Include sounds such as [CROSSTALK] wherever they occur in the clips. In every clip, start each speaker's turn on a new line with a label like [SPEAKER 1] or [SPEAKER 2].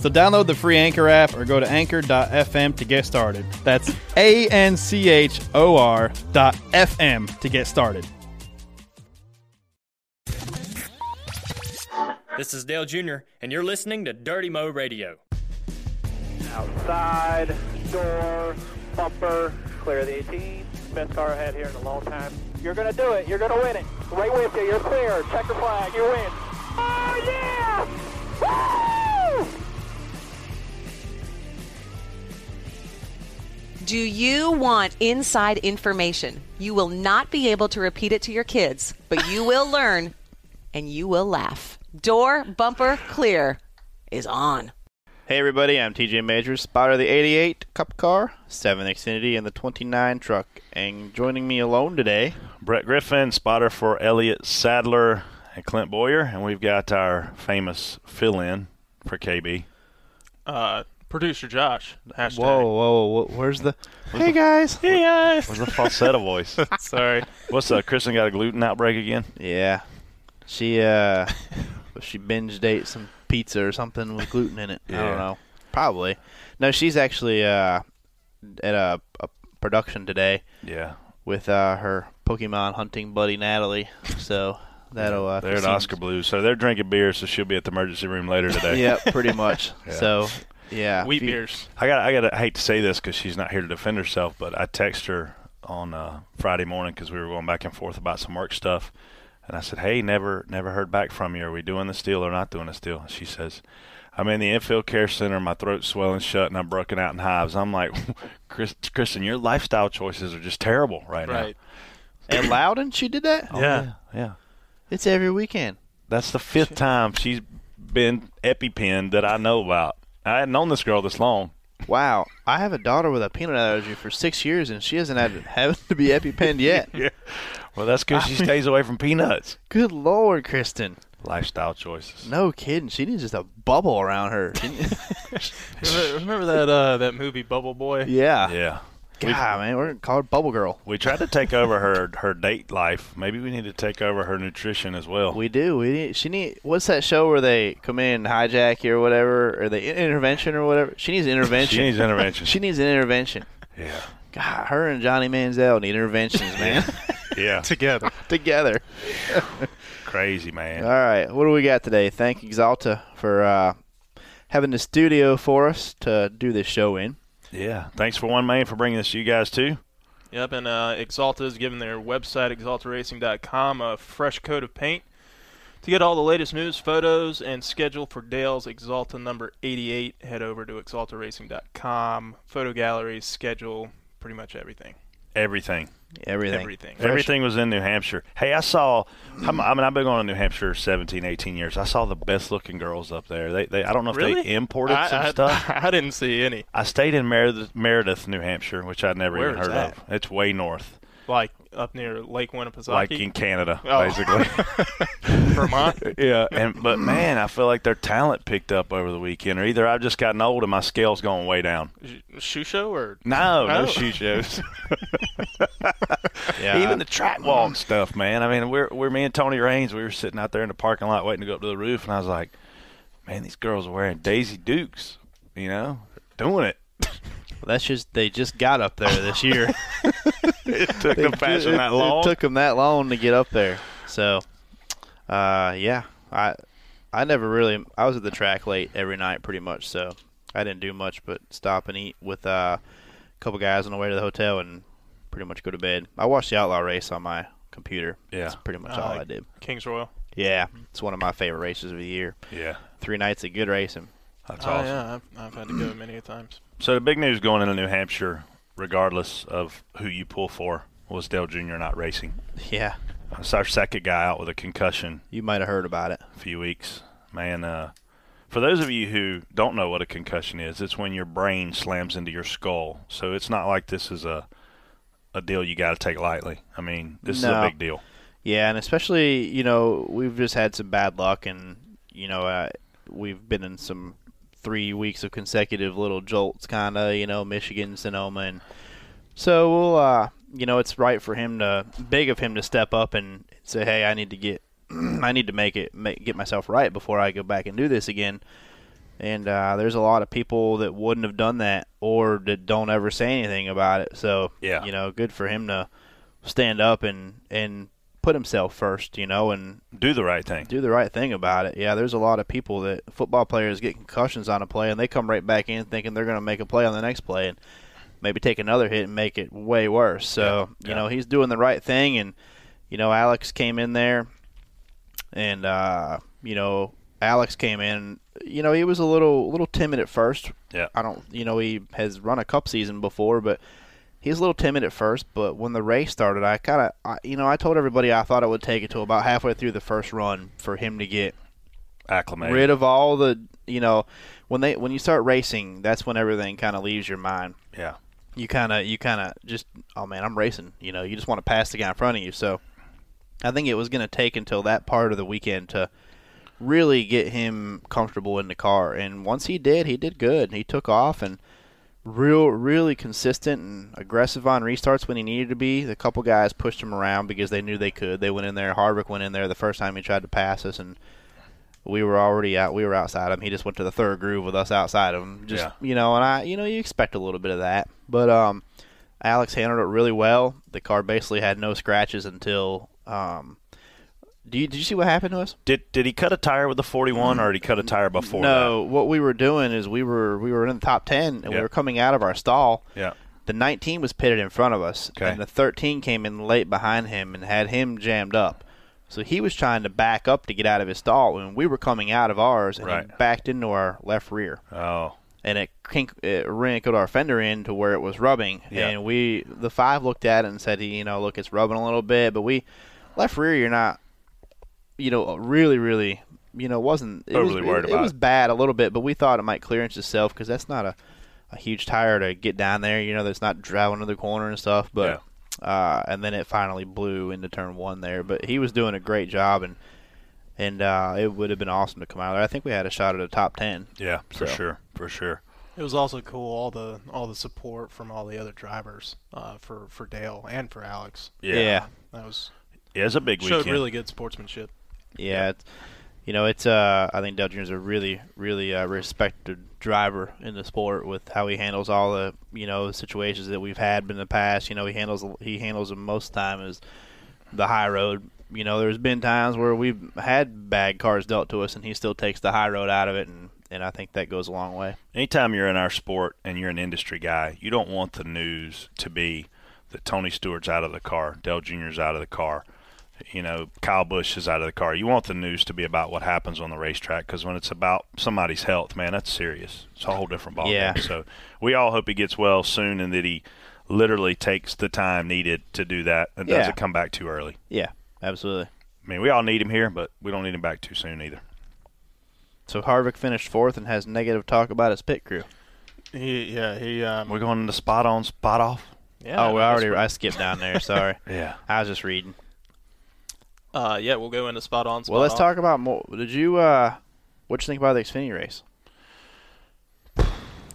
[SPEAKER 1] So download the free Anchor app or go to anchor.fm to get started. That's A N C H O R dot FM to get started.
[SPEAKER 2] This is Dale Jr., and you're listening to Dirty Mo Radio.
[SPEAKER 3] Outside, door, bumper, clear the 18. Best car I had here in a long time. You're going to do it. You're going to win it. Right with you. You're clear. Check your flag. You win. Oh, yeah! Woo!
[SPEAKER 4] Do you want inside information? You will not be able to repeat it to your kids, but you will [LAUGHS] learn and you will laugh. Door bumper clear is on.
[SPEAKER 1] Hey everybody, I'm TJ Majors, spotter of the 88 Cup Car, 7 Xfinity, and the 29 truck. And joining me alone today,
[SPEAKER 5] Brett Griffin, spotter for Elliot Sadler and Clint Boyer, and we've got our famous fill-in for KB.
[SPEAKER 6] uh, producer Josh. Hashtag.
[SPEAKER 1] whoa, whoa, whoa, where's the? Hey guys, hey guys.
[SPEAKER 5] Where's the falsetto voice?
[SPEAKER 6] [LAUGHS] Sorry.
[SPEAKER 5] What's up? Kristen got a gluten outbreak again.
[SPEAKER 7] Yeah. She
[SPEAKER 5] [LAUGHS]
[SPEAKER 7] uh she binged ate some pizza or something with gluten in it. I
[SPEAKER 5] Yeah.
[SPEAKER 7] don't know. Probably. No, she's actually uh at a, a production today
[SPEAKER 5] Yeah,
[SPEAKER 7] with uh her Pokemon hunting buddy Natalie. So that'll uh
[SPEAKER 5] they're at
[SPEAKER 7] seems-
[SPEAKER 5] Oscar Blues, so they're drinking beer. So she'll be at the emergency room [LAUGHS] later today.
[SPEAKER 7] Yeah,
[SPEAKER 5] [LAUGHS]
[SPEAKER 7] pretty much. So yeah.
[SPEAKER 6] Wheat
[SPEAKER 7] if you-
[SPEAKER 6] beers.
[SPEAKER 5] I got. I got. I hate to say this because she's not here to defend herself, but I text her on uh, Friday morning because we were going back and forth about some work stuff, and I said, "Hey, never, never heard back from you. Are we doing this deal or not doing this deal?" She says, "I'm in the infield care center. My throat's swelling shut, and I'm broken out in hives." I'm like, [LAUGHS] Chris, "Kristen, your lifestyle choices are just terrible right, [LAUGHS]
[SPEAKER 6] Right.
[SPEAKER 7] At Loudon she did that? Oh,
[SPEAKER 5] now." Oh, Yeah, yeah.
[SPEAKER 7] It's every weekend.
[SPEAKER 5] That's the fifth time she's been EpiPen that I know about. I hadn't known this girl this long.
[SPEAKER 7] Wow. I have a daughter with a peanut allergy for six years and she hasn't had haven't to be
[SPEAKER 5] [LAUGHS]
[SPEAKER 7] EpiPen yet.
[SPEAKER 5] Well, that's because she stays away from peanuts.
[SPEAKER 7] Good lord, Kristen.
[SPEAKER 5] Lifestyle choices.
[SPEAKER 7] No kidding. She needs just a bubble around her.
[SPEAKER 6] Remember, remember that uh, that movie Bubble Boy?
[SPEAKER 7] [LAUGHS] yeah.
[SPEAKER 5] Yeah.
[SPEAKER 7] God, man, we're gonna call her Bubble Girl.
[SPEAKER 5] We tried to take over her her date life. Maybe we need to take over her nutrition as well.
[SPEAKER 7] We do. We need, she need. What's that show where they come in and hijack you or whatever, or the intervention or whatever? She needs
[SPEAKER 5] [LAUGHS]
[SPEAKER 7] intervention.
[SPEAKER 5] she needs intervention.
[SPEAKER 7] She needs an intervention.
[SPEAKER 5] yeah,
[SPEAKER 7] God, her and Johnny Manziel need interventions, man.
[SPEAKER 5] yeah,
[SPEAKER 6] Together.
[SPEAKER 7] Together.
[SPEAKER 5] crazy man.
[SPEAKER 7] All right, what do we got today? Thank Exalta for uh, having the studio for us to do this show in.
[SPEAKER 5] yeah, thanks for one man for bringing this to you guys too.
[SPEAKER 6] Yep. And uh, Exalta is giving their website exaltaracing.com a fresh coat of paint to get all the latest news, photos, and schedule for Dale's Exalta number 88. Head over to exaltaracing.com. Photo galleries, schedule, pretty much everything.
[SPEAKER 5] Everything,
[SPEAKER 7] Everything.
[SPEAKER 6] Everything.
[SPEAKER 7] Fresh-
[SPEAKER 5] everything was in New Hampshire. Hey, I saw. I'm, I mean, I've been going to New Hampshire 17, 18 years. I saw the best looking girls up there. They, they I don't know if
[SPEAKER 6] Really?
[SPEAKER 5] they imported
[SPEAKER 6] I,
[SPEAKER 5] some
[SPEAKER 6] I-
[SPEAKER 5] stuff.
[SPEAKER 6] [LAUGHS] I didn't see any.
[SPEAKER 5] I stayed in Meredith, Meredith, New Hampshire, which I'd never
[SPEAKER 6] Where
[SPEAKER 5] even
[SPEAKER 6] is
[SPEAKER 5] heard
[SPEAKER 6] that?
[SPEAKER 5] of. It's way north,
[SPEAKER 6] Like up near Lake Winnipesaukee,
[SPEAKER 5] like in Canada,
[SPEAKER 6] Oh. [LAUGHS]
[SPEAKER 5] basically.
[SPEAKER 6] Vermont.
[SPEAKER 5] [LAUGHS] Yeah, and but man, I feel like their talent picked up over the weekend, or either I've just gotten old and my scale's going way down.
[SPEAKER 6] Shoe show or
[SPEAKER 5] No, no
[SPEAKER 6] Oh.
[SPEAKER 5] shoe [LAUGHS] shows.
[SPEAKER 7] Yeah.
[SPEAKER 5] Even the track walk stuff, man. I mean, we're we're me and Tony Raines. We were sitting out there in the parking lot waiting to go up to the roof, and I was like, man, these girls are wearing Daisy Dukes. You know, they're doing it. [LAUGHS]
[SPEAKER 7] That's just they just got up there this year.
[SPEAKER 5] It took the fashion
[SPEAKER 7] it,
[SPEAKER 5] that long.
[SPEAKER 7] It took them that long to get up there. So, uh, yeah, I I never really I was at the track late every night pretty much. So I didn't do much but stop and eat with uh, a couple guys on the way to the hotel and pretty much go to bed. I watched the outlaw race on my computer.
[SPEAKER 5] Yeah.
[SPEAKER 7] That's pretty much
[SPEAKER 6] Uh,
[SPEAKER 7] all I did.
[SPEAKER 6] Kings Royal.
[SPEAKER 7] Yeah, it's one of my favorite races of the year.
[SPEAKER 5] Yeah,
[SPEAKER 7] Three nights of good racing. [LAUGHS]
[SPEAKER 5] that's
[SPEAKER 6] oh,
[SPEAKER 5] awesome.
[SPEAKER 6] yeah. I've, I've had to go many a times.
[SPEAKER 5] So the big news going into New Hampshire, regardless of who you pull for, was Dale Jr. not racing.
[SPEAKER 7] Yeah,
[SPEAKER 5] It's our second guy out with a concussion
[SPEAKER 7] you might have heard about it.
[SPEAKER 5] a few weeks. Man, uh, for those of you who don't know what a concussion is, it's when your brain slams into your skull. So it's not like this is a a deal you got to take lightly. I mean, this is a
[SPEAKER 7] No.
[SPEAKER 5] big deal.
[SPEAKER 7] Yeah, and especially you know we've just had some bad luck, and you know uh, we've been in some three weeks of consecutive little jolts, kind of you know Michigan, Sonoma, and so we'll uh, you know it's right for him to big of him to step up and say, hey, I need to get [CLEARS THROAT] I need to make it make, get myself right before I go back and do this again. And uh, there's a lot of people that wouldn't have done that or that don't ever say anything about it. So
[SPEAKER 5] Yeah.
[SPEAKER 7] you know, good for him to stand up and and put himself first, you know, and
[SPEAKER 5] Do the right thing.
[SPEAKER 7] do the right thing about it. Yeah, there's a lot of people that football players get concussions on a play and they come right back in thinking they're going to make a play on the next play and maybe take another hit and make it way worse. So,
[SPEAKER 5] Yeah,
[SPEAKER 7] you
[SPEAKER 5] yeah.
[SPEAKER 7] know, he's doing the right thing and you know, Alex came in there and uh, you know, Alex came in, you know, he was a little little timid at first.
[SPEAKER 5] Yeah.
[SPEAKER 7] I don't, you know, he has run a cup season before, but he was a little timid at first. But when the race started, I kind of, I, you know, I told everybody I thought it would take until about halfway through the first run for him to get
[SPEAKER 5] Acclimate.
[SPEAKER 7] rid of all the, you know, when they when you start racing, that's when everything kind of leaves your mind
[SPEAKER 5] yeah.
[SPEAKER 7] you kind of you kind of just oh man i'm racing you know you just want to pass the guy in front of you so i think it was going to take until that part of the weekend to really get him comfortable in the car and once he did he did good he took off and real really consistent and aggressive on restarts when he needed to be the couple guys pushed him around because they knew they could they went in there harvick went in there the first time he tried to pass us and we were already out we were outside him he just went to the third groove with us outside of him just
[SPEAKER 5] Yeah.
[SPEAKER 7] you know and i you know you expect a little bit of that but um alex handled it really well the car basically had no scratches until um do you, did you see what happened to us
[SPEAKER 5] Did did he cut a tire with the 41 or did he cut a tire before
[SPEAKER 7] no what we were doing is we were we were in the top 10 and
[SPEAKER 5] Yeah.
[SPEAKER 7] we were coming out of our stall
[SPEAKER 5] that? Yeah.
[SPEAKER 7] the 19 was pitted in front of us,
[SPEAKER 5] Okay.
[SPEAKER 7] and the 13 came in late behind him and had him jammed up. So he was trying to back up to get out of his stall when we were coming out of ours, and he
[SPEAKER 5] Right.
[SPEAKER 7] backed into our left rear,
[SPEAKER 5] Oh.
[SPEAKER 7] and it, kink, it wrinkled our fender in to where it was rubbing.
[SPEAKER 5] Yeah.
[SPEAKER 7] And we, the five, looked at it and said, "You know, look, it's rubbing a little bit, but we left rear, you're not, you know, really, really." You know, wasn't it
[SPEAKER 5] Overly
[SPEAKER 7] was,
[SPEAKER 5] worried
[SPEAKER 7] it,
[SPEAKER 5] about
[SPEAKER 7] was
[SPEAKER 5] it.
[SPEAKER 7] bad a little bit, but we thought it might clearance itself because that's not a a huge tire to get down there. You know, that's not driving to the corner and stuff. But uh, and then it finally blew into turn one there. But he was doing a great job, and and uh, it would have been awesome to come out of there. I think we had a shot at a top ten.
[SPEAKER 5] Yeah, for
[SPEAKER 7] So.
[SPEAKER 5] sure. For sure.
[SPEAKER 6] It was also cool all the all the support from all the other drivers uh, for for Dale and for Alex.
[SPEAKER 5] Yeah. Yeah,
[SPEAKER 7] yeah,
[SPEAKER 6] That was
[SPEAKER 5] it's a big
[SPEAKER 6] showed
[SPEAKER 5] weekend.
[SPEAKER 6] really good sportsmanship.
[SPEAKER 7] Yeah, It's, you know, it's uh, I think Dale Jr. is a really, really uh, respected driver in the sport with how he handles all the you know situations that we've had in the past. You know, he handles he handles them most time as the high road. You know, there's been times where we've had bad cards dealt to us, and he still takes the high road out of it, and and I think that goes a long way.
[SPEAKER 5] Anytime you're in our sport and you're an industry guy, you don't want the news to be that Tony Stewart's out of the car, Dell Jr.'s out of the car, you know, Kyle Bush is out of the car. You want the news to be about what happens on the racetrack because when it's about somebody's health, man, that's serious. It's a whole different ballgame.
[SPEAKER 7] Yeah.
[SPEAKER 5] So we all hope he gets well soon and that he literally takes the time needed to do that and
[SPEAKER 7] Yeah.
[SPEAKER 5] doesn't come back too early.
[SPEAKER 7] Yeah, absolutely.
[SPEAKER 5] I mean, we all need him here, but we don't need him back too soon either.
[SPEAKER 7] So Harvick finished fourth and has negative talk about his pit crew.
[SPEAKER 6] He yeah he um,
[SPEAKER 5] We're going into spot on, spot off.
[SPEAKER 6] yeah.
[SPEAKER 7] oh, we
[SPEAKER 6] that's
[SPEAKER 7] already I skipped down there. Sorry,
[SPEAKER 5] Yeah.
[SPEAKER 7] I was just reading.
[SPEAKER 6] Uh, yeah, we'll go into spot on. Spot
[SPEAKER 7] Well, let's
[SPEAKER 6] off.
[SPEAKER 7] talk about more. Did you uh, what you think about the Xfinity race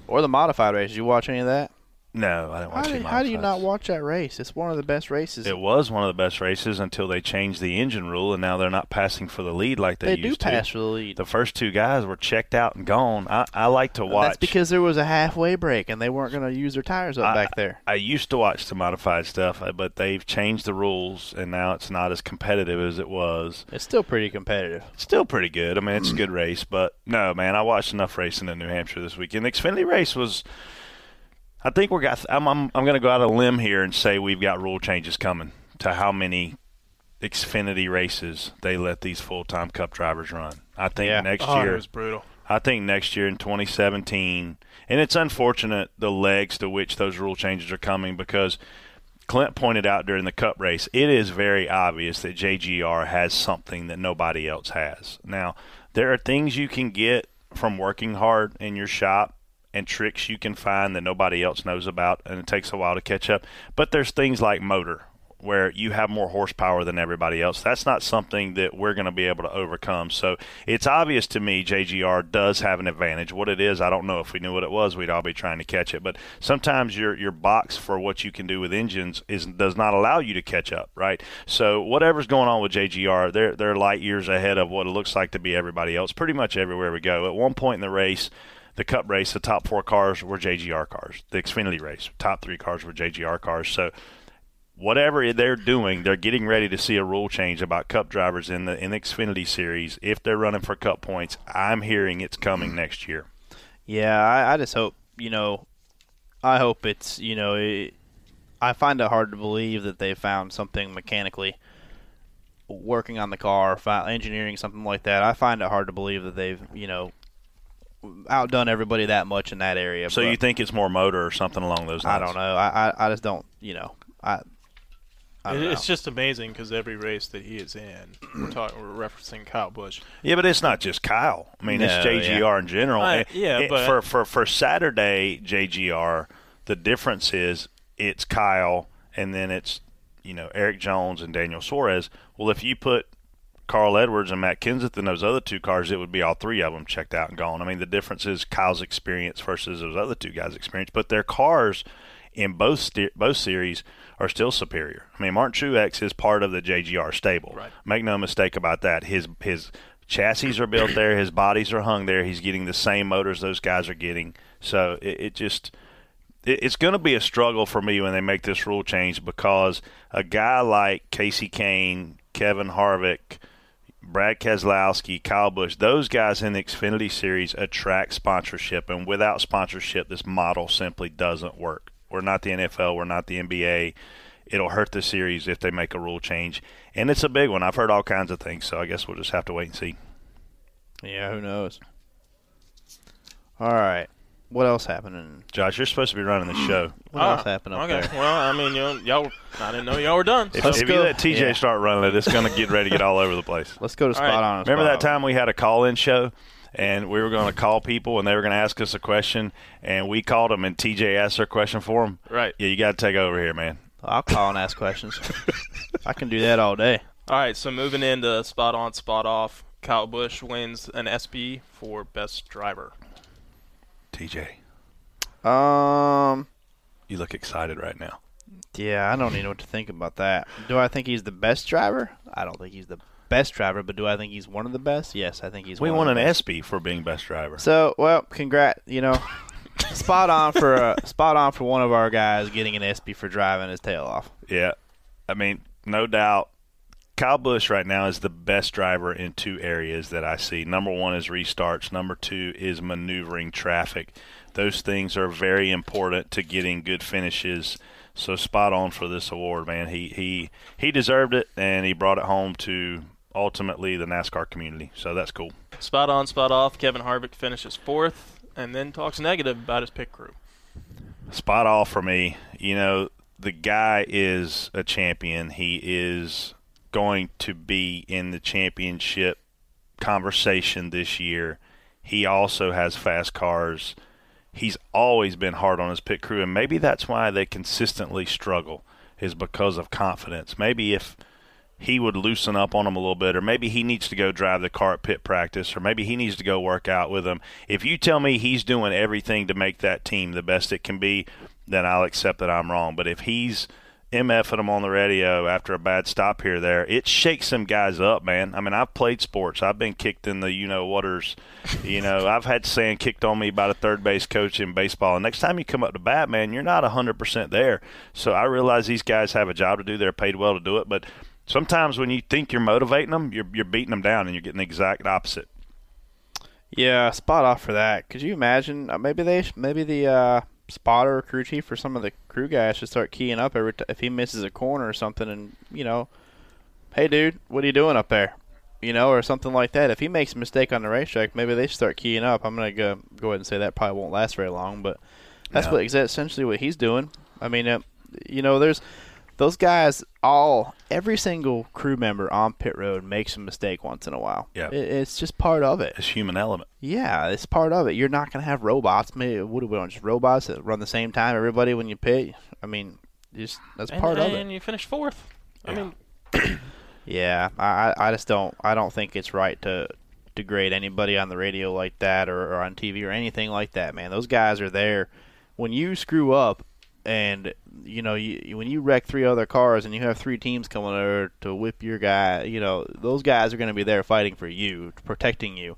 [SPEAKER 7] or the modified race? Did you watch any of that?
[SPEAKER 5] No, I didn't
[SPEAKER 7] How
[SPEAKER 5] watch
[SPEAKER 7] do,
[SPEAKER 5] him
[SPEAKER 7] how do you
[SPEAKER 5] last night.
[SPEAKER 7] not watch that race? It's one of the best races.
[SPEAKER 5] It was one of the best races until they changed the engine rule, and now they're not passing for the lead like
[SPEAKER 7] they
[SPEAKER 5] they,
[SPEAKER 7] do
[SPEAKER 5] used
[SPEAKER 7] pass
[SPEAKER 5] to.
[SPEAKER 7] for the lead.
[SPEAKER 5] The first two guys were checked out and gone. I, I like to watch.
[SPEAKER 7] That's because there was a halfway break and they weren't going to use their tires up
[SPEAKER 5] I-
[SPEAKER 7] back there.
[SPEAKER 5] I used to watch the modified stuff, uh, but they've changed the rules, and now it's not as competitive as it was.
[SPEAKER 7] It's still pretty competitive.
[SPEAKER 5] It's still pretty good. I mean, it's a good race, but no, man, I watched enough racing in New Hampshire this weekend. The Xfinity race was. I think we're got. I'm I'm, I'm going to go out on a limb here and say we've got rule changes coming to how many Xfinity races they let these full time Cup drivers run. I think
[SPEAKER 7] Yeah.
[SPEAKER 5] next
[SPEAKER 6] Oh, it
[SPEAKER 5] year
[SPEAKER 6] was brutal.
[SPEAKER 5] I think next year in 2017, and it's unfortunate the legs to which those rule changes are coming because Clint pointed out during the cup race, it is very obvious that JGR has something that nobody else has. Now, there are things you can get from working hard in your shop and tricks you can find that nobody else knows about, and it takes a while to catch up. But there's things like motor, where you have more horsepower than everybody else. That's not something that we're going to be able to overcome. So it's obvious to me JGR does have an advantage. What it is, I don't know. If we knew what it was, we'd all be trying to catch it. But sometimes your your box for what you can do with engines is does not allow you to catch up, right? So whatever's going on with JGR, they're they're light years ahead of what it looks like to be everybody else. Pretty much everywhere we go. At one point in the race, the Cup race, the top four cars were JGR cars. The Xfinity race, top three cars were JGR cars. So whatever they're doing, they're getting ready to see a rule change about cup drivers in the in the Xfinity series. If they're running for cup points, I'm hearing it's coming next year.
[SPEAKER 7] Yeah, I, I just hope you know. I hope it's you know. It, I find it hard to believe that they found something mechanically working on the car, fi- engineering something like that. I find it hard to believe that they've you know outdone everybody that much in that area.
[SPEAKER 5] So
[SPEAKER 7] but
[SPEAKER 5] you think it's more motor or something along those
[SPEAKER 7] I
[SPEAKER 5] lines?
[SPEAKER 7] don't know. I, I I just don't you know. I I don't
[SPEAKER 6] It-
[SPEAKER 7] know.
[SPEAKER 6] It's just amazing because every race that he is in, we're talking, we're referencing Kyle Busch.
[SPEAKER 5] Yeah, but it's not just Kyle. I mean, it's
[SPEAKER 7] No,
[SPEAKER 5] JGR in general.
[SPEAKER 6] I-
[SPEAKER 5] It-
[SPEAKER 6] yeah,
[SPEAKER 5] it-
[SPEAKER 6] but-
[SPEAKER 5] for for for Saturday JGR, the difference is it's Kyle, and then it's you know Eric Jones and Daniel Suarez. Well, if you put Carl Edwards and Matt Kenseth in those other two cars, it would be all three of them checked out and gone. I mean, the difference is Kyle's experience versus those other two guys' experience, but their cars in both ste- both series are still superior. I mean, Martin Truex is part of the JGR stable.
[SPEAKER 6] Right.
[SPEAKER 5] Make no mistake about that. His his chassis are built there. His bodies are hung there. He's getting the same motors those guys are getting. So it, it just it, it's going to be a struggle for me when they make this rule change because a guy like Casey Kane, Kevin Harvick, Brad Keselowski, Kyle Busch, those guys in the Xfinity Series attract sponsorship, and without sponsorship, this model simply doesn't work. We're not the NFL, we're not the NBA. It'll hurt the series if they make a rule change, and it's a big one. I've heard all kinds of things, so I guess we'll just have to wait and see.
[SPEAKER 7] yeah, who knows? All right, what else happening?
[SPEAKER 5] Josh, you're supposed to be running the show.
[SPEAKER 7] What else happened up
[SPEAKER 6] Ah, okay.
[SPEAKER 7] there?
[SPEAKER 6] Well, I mean, you know, y'all, were- I didn't know y'all were done.
[SPEAKER 5] If,
[SPEAKER 6] so-
[SPEAKER 5] if you
[SPEAKER 7] go.
[SPEAKER 5] let TJ
[SPEAKER 7] Yeah.
[SPEAKER 5] start running it, it's going to get ready to get all over the place.
[SPEAKER 7] Let's go to
[SPEAKER 6] All
[SPEAKER 7] spot
[SPEAKER 6] right.
[SPEAKER 7] on. and
[SPEAKER 5] Remember
[SPEAKER 7] Spot
[SPEAKER 5] that
[SPEAKER 7] Off.
[SPEAKER 5] time we had a call in show and we were going to call people and they were going to ask us a question and we called them and TJ asked their question for them?
[SPEAKER 6] Right.
[SPEAKER 5] Yeah, you got to take over here, man.
[SPEAKER 7] I'll call and ask questions. I can do that all day.
[SPEAKER 6] All right, so moving into spot on, spot off. Kyle Busch wins an SP for best driver.
[SPEAKER 5] TJ,
[SPEAKER 7] Um,
[SPEAKER 5] you look excited right now.
[SPEAKER 7] yeah, I don't even know what to think about that. Do I think he's the best driver? I don't think he's the best driver, but do I think he's one of the best? Yes, I think he's.
[SPEAKER 5] We
[SPEAKER 7] one
[SPEAKER 5] won
[SPEAKER 7] of
[SPEAKER 5] an
[SPEAKER 7] the best.
[SPEAKER 5] ESPY for being best driver.
[SPEAKER 7] So, well, congrats. You [LAUGHS] know, spot on for uh, spot on for one of our guys getting an SP for driving his tail off.
[SPEAKER 5] Yeah. I mean, no doubt. Kyle Busch right now is the best driver in two areas that I see. Number one is restarts. Number two is maneuvering traffic. Those things are very important to getting good finishes. So spot on for this award, man. He he he deserved it, and he brought it home to ultimately the NASCAR community. So that's cool.
[SPEAKER 6] Spot on, spot off. Kevin Harvick finishes fourth, and then talks negative about his pit crew.
[SPEAKER 5] spot off for me. You know, the guy is a champion. He is going to be in the championship conversation this year. He also has fast cars. He's always been hard on his pit crew, and maybe that's why they consistently struggle is because of confidence. Maybe if he would loosen up on him a little bit, or maybe he needs to go drive the car at pit practice, or maybe he needs to go work out with him. If you tell me he's doing everything to make that team the best it can be, then I'll accept that I'm wrong. But if he's MFing him on the radio after a bad stop here or there, it shakes some guys up, man. I mean, I've played sports. I've been kicked in the you know waters. You know, I've had sand kicked on me by the third base coach in baseball. And next time you come up to bat, man, you're not 100% there. So I realize these guys have a job to do. They're paid well to do it. But sometimes when you think you're motivating them, you're, you're beating them down and you're getting the exact opposite.
[SPEAKER 7] Yeah, spot off for that. Could you imagine? uh, Maybe they, sh- maybe the uh, spotter, or crew chief, or some of the crew guys should start keying up every t- if he misses a corner or something, and you know, hey, dude, what are you doing up there? You know, or something like that. If he makes a mistake on the racetrack, maybe they start keying up. I'm gonna go go ahead and say that probably won't last very long, but that's what is essentially what he's doing. I mean, uh, you know, there's those guys. All every single crew member on pit road makes a mistake once in a while.
[SPEAKER 5] Yeah.
[SPEAKER 7] It- it's just part of it.
[SPEAKER 5] It's human element.
[SPEAKER 7] Yeah, it's part of it. You're not going to have robots. Maybe what do we want? Just robots that run the same time everybody when you pit. I mean, just that's
[SPEAKER 6] And,
[SPEAKER 7] part of
[SPEAKER 6] and
[SPEAKER 7] it.
[SPEAKER 6] you finished fourth. I mean,
[SPEAKER 7] Yeah, I, I I just don't I don't think it's right to degrade anybody on the radio like that or, or on TV or anything like that. Man, those guys are there. When you screw up, and you know you when you wreck three other cars and you have three teams coming over to whip your guy, you know those guys are going to be there fighting for you, protecting you.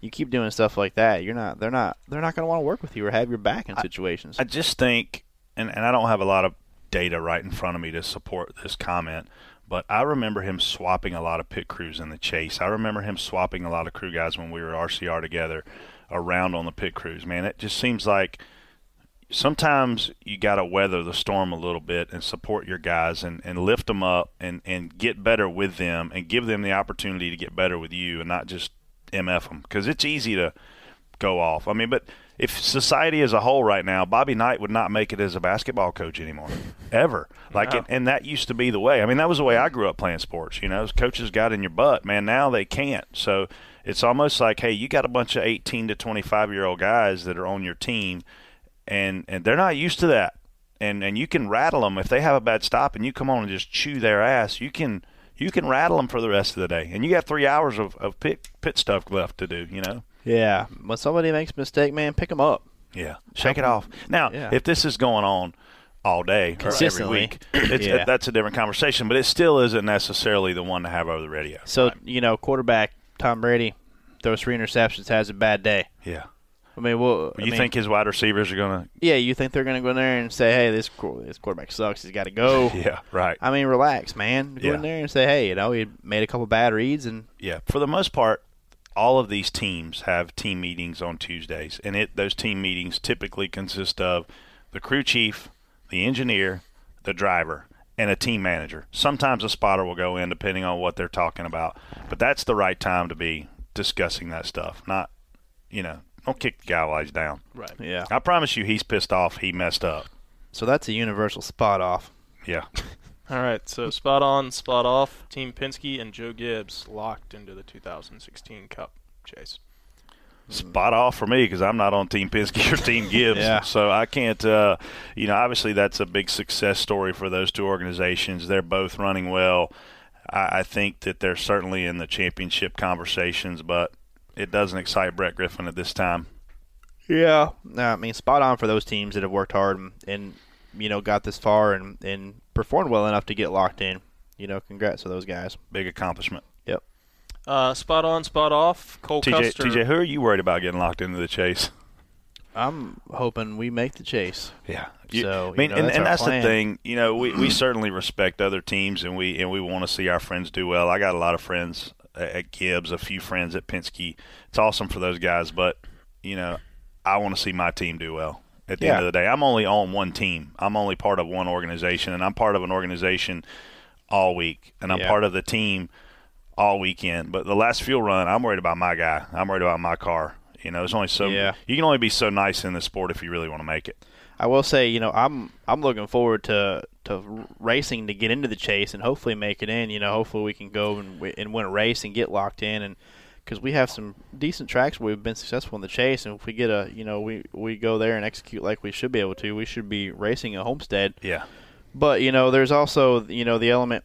[SPEAKER 7] You keep doing stuff like that, you're not. They're not. They're not going to want to work with you or have your back in situations.
[SPEAKER 5] I just think, and, and I don't have a lot of data right in front of me to support this comment, but I remember him swapping a lot of pit crews in the chase. I remember him swapping a lot of crew guys when we were at RCR together around on the pit crews. Man, it just seems like sometimes you got to weather the storm a little bit and support your guys and, and lift them up and, and get better with them and give them the opportunity to get better with you and not just MF them because it's easy to go off. I mean, but if society as a whole right now, Bobby Knight would not make it as a basketball coach anymore, [LAUGHS] ever. Like, and, and that used to be the way. I mean, that was the way I grew up playing sports. You know, coaches got in your butt, man. Now they can't. So it's almost like, hey, you got a bunch of 18 to 25 year old guys that are on your team, and and they're not used to that. And and you can rattle them if they have a bad stop, and you come on and just chew their ass. You can. You can rattle them for the rest of the day, and you got three hours of, of pit pit stuff left to do. You know,
[SPEAKER 7] yeah, when somebody makes a mistake, man, pick them up.
[SPEAKER 5] yeah, shake it off. Now,
[SPEAKER 7] Yeah.
[SPEAKER 5] if this is going on all day or every
[SPEAKER 7] Consistently.
[SPEAKER 5] week, it's,
[SPEAKER 7] Yeah.
[SPEAKER 5] that's a different conversation. But it still isn't necessarily the one to have over the radio.
[SPEAKER 7] So you know, quarterback Tom Brady throws three interceptions, has a bad day.
[SPEAKER 5] Yeah,
[SPEAKER 7] I mean, well, I
[SPEAKER 5] you
[SPEAKER 7] mean,
[SPEAKER 5] think his wide receivers are gonna?
[SPEAKER 7] Yeah, you think they're going to go in there and say, "Hey, this qu- this quarterback sucks. He's got to [LAUGHS] go."
[SPEAKER 5] Yeah, right.
[SPEAKER 7] I mean, relax, man. Go
[SPEAKER 5] Yeah.
[SPEAKER 7] in there and say, "Hey, you know, he made a couple bad reads, and
[SPEAKER 5] yeah, for the most part, all of these teams have team meetings on Tuesdays, and it those team meetings typically consist of the crew chief, the engineer, the driver, and a team manager. Sometimes a spotter will go in, depending on what they're talking about. But that's the right time to be discussing that stuff. Not, you know, don't kick the guy while he's down.
[SPEAKER 6] right.
[SPEAKER 7] yeah."
[SPEAKER 5] I promise you, he's pissed off. He messed up.
[SPEAKER 7] So that's a universal spot off.
[SPEAKER 5] Yeah.
[SPEAKER 6] All right, so spot on, spot off. Team Penske and Joe Gibbs locked into the 2016 Cup chase.
[SPEAKER 5] spot off for me because I'm not on Team Penske or Team Gibbs,
[SPEAKER 7] Yeah.
[SPEAKER 5] so I can't. Uh, you know, obviously that's a big success story for those two organizations. They're both running well. I, I think that they're certainly in the championship conversations, but it doesn't excite Brett Griffin at this time.
[SPEAKER 7] Yeah, no, I mean, spot on for those teams that have worked hard and, and you know got this far and and performed well enough to get locked in. You know, congrats to those guys.
[SPEAKER 5] Big accomplishment.
[SPEAKER 7] Yep.
[SPEAKER 6] Uh, spot on, spot off. Cole
[SPEAKER 5] TJ,
[SPEAKER 6] Custer.
[SPEAKER 5] TJ, who are you worried about getting locked into the chase?
[SPEAKER 7] I'm hoping we make the chase.
[SPEAKER 5] Yeah.
[SPEAKER 7] So,
[SPEAKER 5] I mean,
[SPEAKER 7] you know,
[SPEAKER 5] and
[SPEAKER 7] that's
[SPEAKER 5] and
[SPEAKER 7] our
[SPEAKER 5] that's
[SPEAKER 7] plan. Mm-hmm.
[SPEAKER 5] the thing. You know, we, we certainly respect other teams, and we and we want to see our friends do well. I got a lot of friends a- at Gibbs, a few friends at Penske. It's awesome for those guys, but you know, I want to see my team do well. At the
[SPEAKER 7] Yeah.
[SPEAKER 5] end of the day, I'm only on one team. I'm only part of one organization, and I'm part of an organization all week, and I'm
[SPEAKER 7] Yeah.
[SPEAKER 5] part of the team all weekend. But the last fuel run, I'm worried about my guy. I'm worried about my car. You know, there's only so
[SPEAKER 7] Yeah.
[SPEAKER 5] you can only be so nice in the sport if you really want to make it.
[SPEAKER 7] I will say, you know, I'm I'm looking forward to to r- racing to get into the chase and hopefully make it in. You know, hopefully we can go and wi- and win a race and get locked in and because we have some decent tracks where we've been successful in the chase and if we get a you know we we go there and execute like we should be able to, we should be racing a homestead.
[SPEAKER 5] Yeah.
[SPEAKER 7] But you know, there's also you know the element,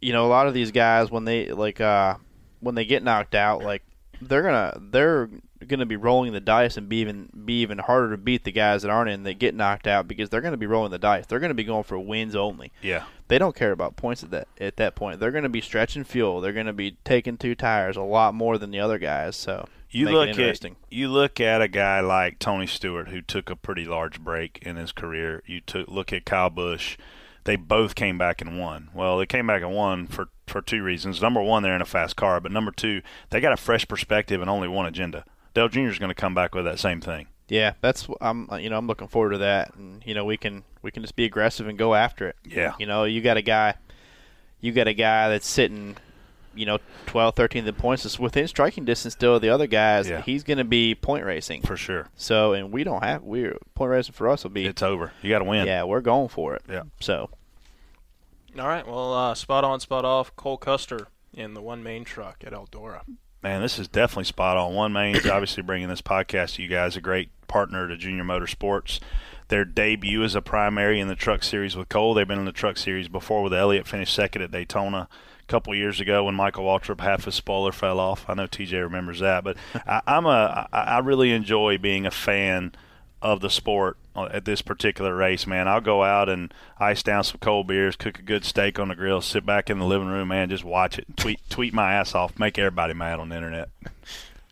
[SPEAKER 7] you know, a lot of these guys when they like uh when they get knocked out, like they're gonna they're gonna be rolling the dice and be even be even harder to beat the guys that aren't in that get knocked out because they're gonna be rolling the dice. They're gonna be going for wins only.
[SPEAKER 5] Yeah.
[SPEAKER 7] They don't care about points at that at that point. They're gonna be stretching fuel. They're gonna be taking two tires a lot more than the other guys. So
[SPEAKER 5] You
[SPEAKER 7] make it
[SPEAKER 5] look
[SPEAKER 7] interesting.
[SPEAKER 5] at you look at a guy like Tony Stewart who took a pretty large break in his career. You took look at Kyle Busch. They both came back and won. Well, they came back and won for for two reasons. Number one, they're in a fast car, but number two, they got a fresh perspective and only one agenda. Dale Jr. is going to come back with that same thing.
[SPEAKER 7] yeah, that's wh- I'm uh, you know I'm looking forward to that, and you know we can we can just be aggressive and go after it.
[SPEAKER 5] Yeah.
[SPEAKER 7] you know you got a guy, you got a guy that's sitting, you know, 12, 13 the points is within striking distance still of the other guys.
[SPEAKER 5] Yeah.
[SPEAKER 7] He's going to be point racing.
[SPEAKER 5] for sure.
[SPEAKER 7] So, and we don't have, we're point racing for us will be,
[SPEAKER 5] It's over. You got to win.
[SPEAKER 7] yeah, we're going for it.
[SPEAKER 5] Yeah.
[SPEAKER 7] So,
[SPEAKER 6] All right. Well, uh, spot on, spot off. Cole Custer in the one main truck at Eldora.
[SPEAKER 5] Man, this is definitely spot on. One Main's [COUGHS] obviously bringing this podcast to you guys, a great partner to Junior Motorsports. Their debut is a primary in the truck series with Cole. They've been in the truck series before with Elliott, finished second at Daytona a couple years ago when Michael Waltrip, half his spoiler fell off. I know TJ remembers that, but [LAUGHS] I, I'm a, I I really enjoy being a fan of the sport uh, at this particular race, man. I'll go out and ice down some cold beers, cook a good steak on the grill, sit back in the living room, man, just watch it, tweet [LAUGHS] tweet my ass off, make everybody mad on the internet.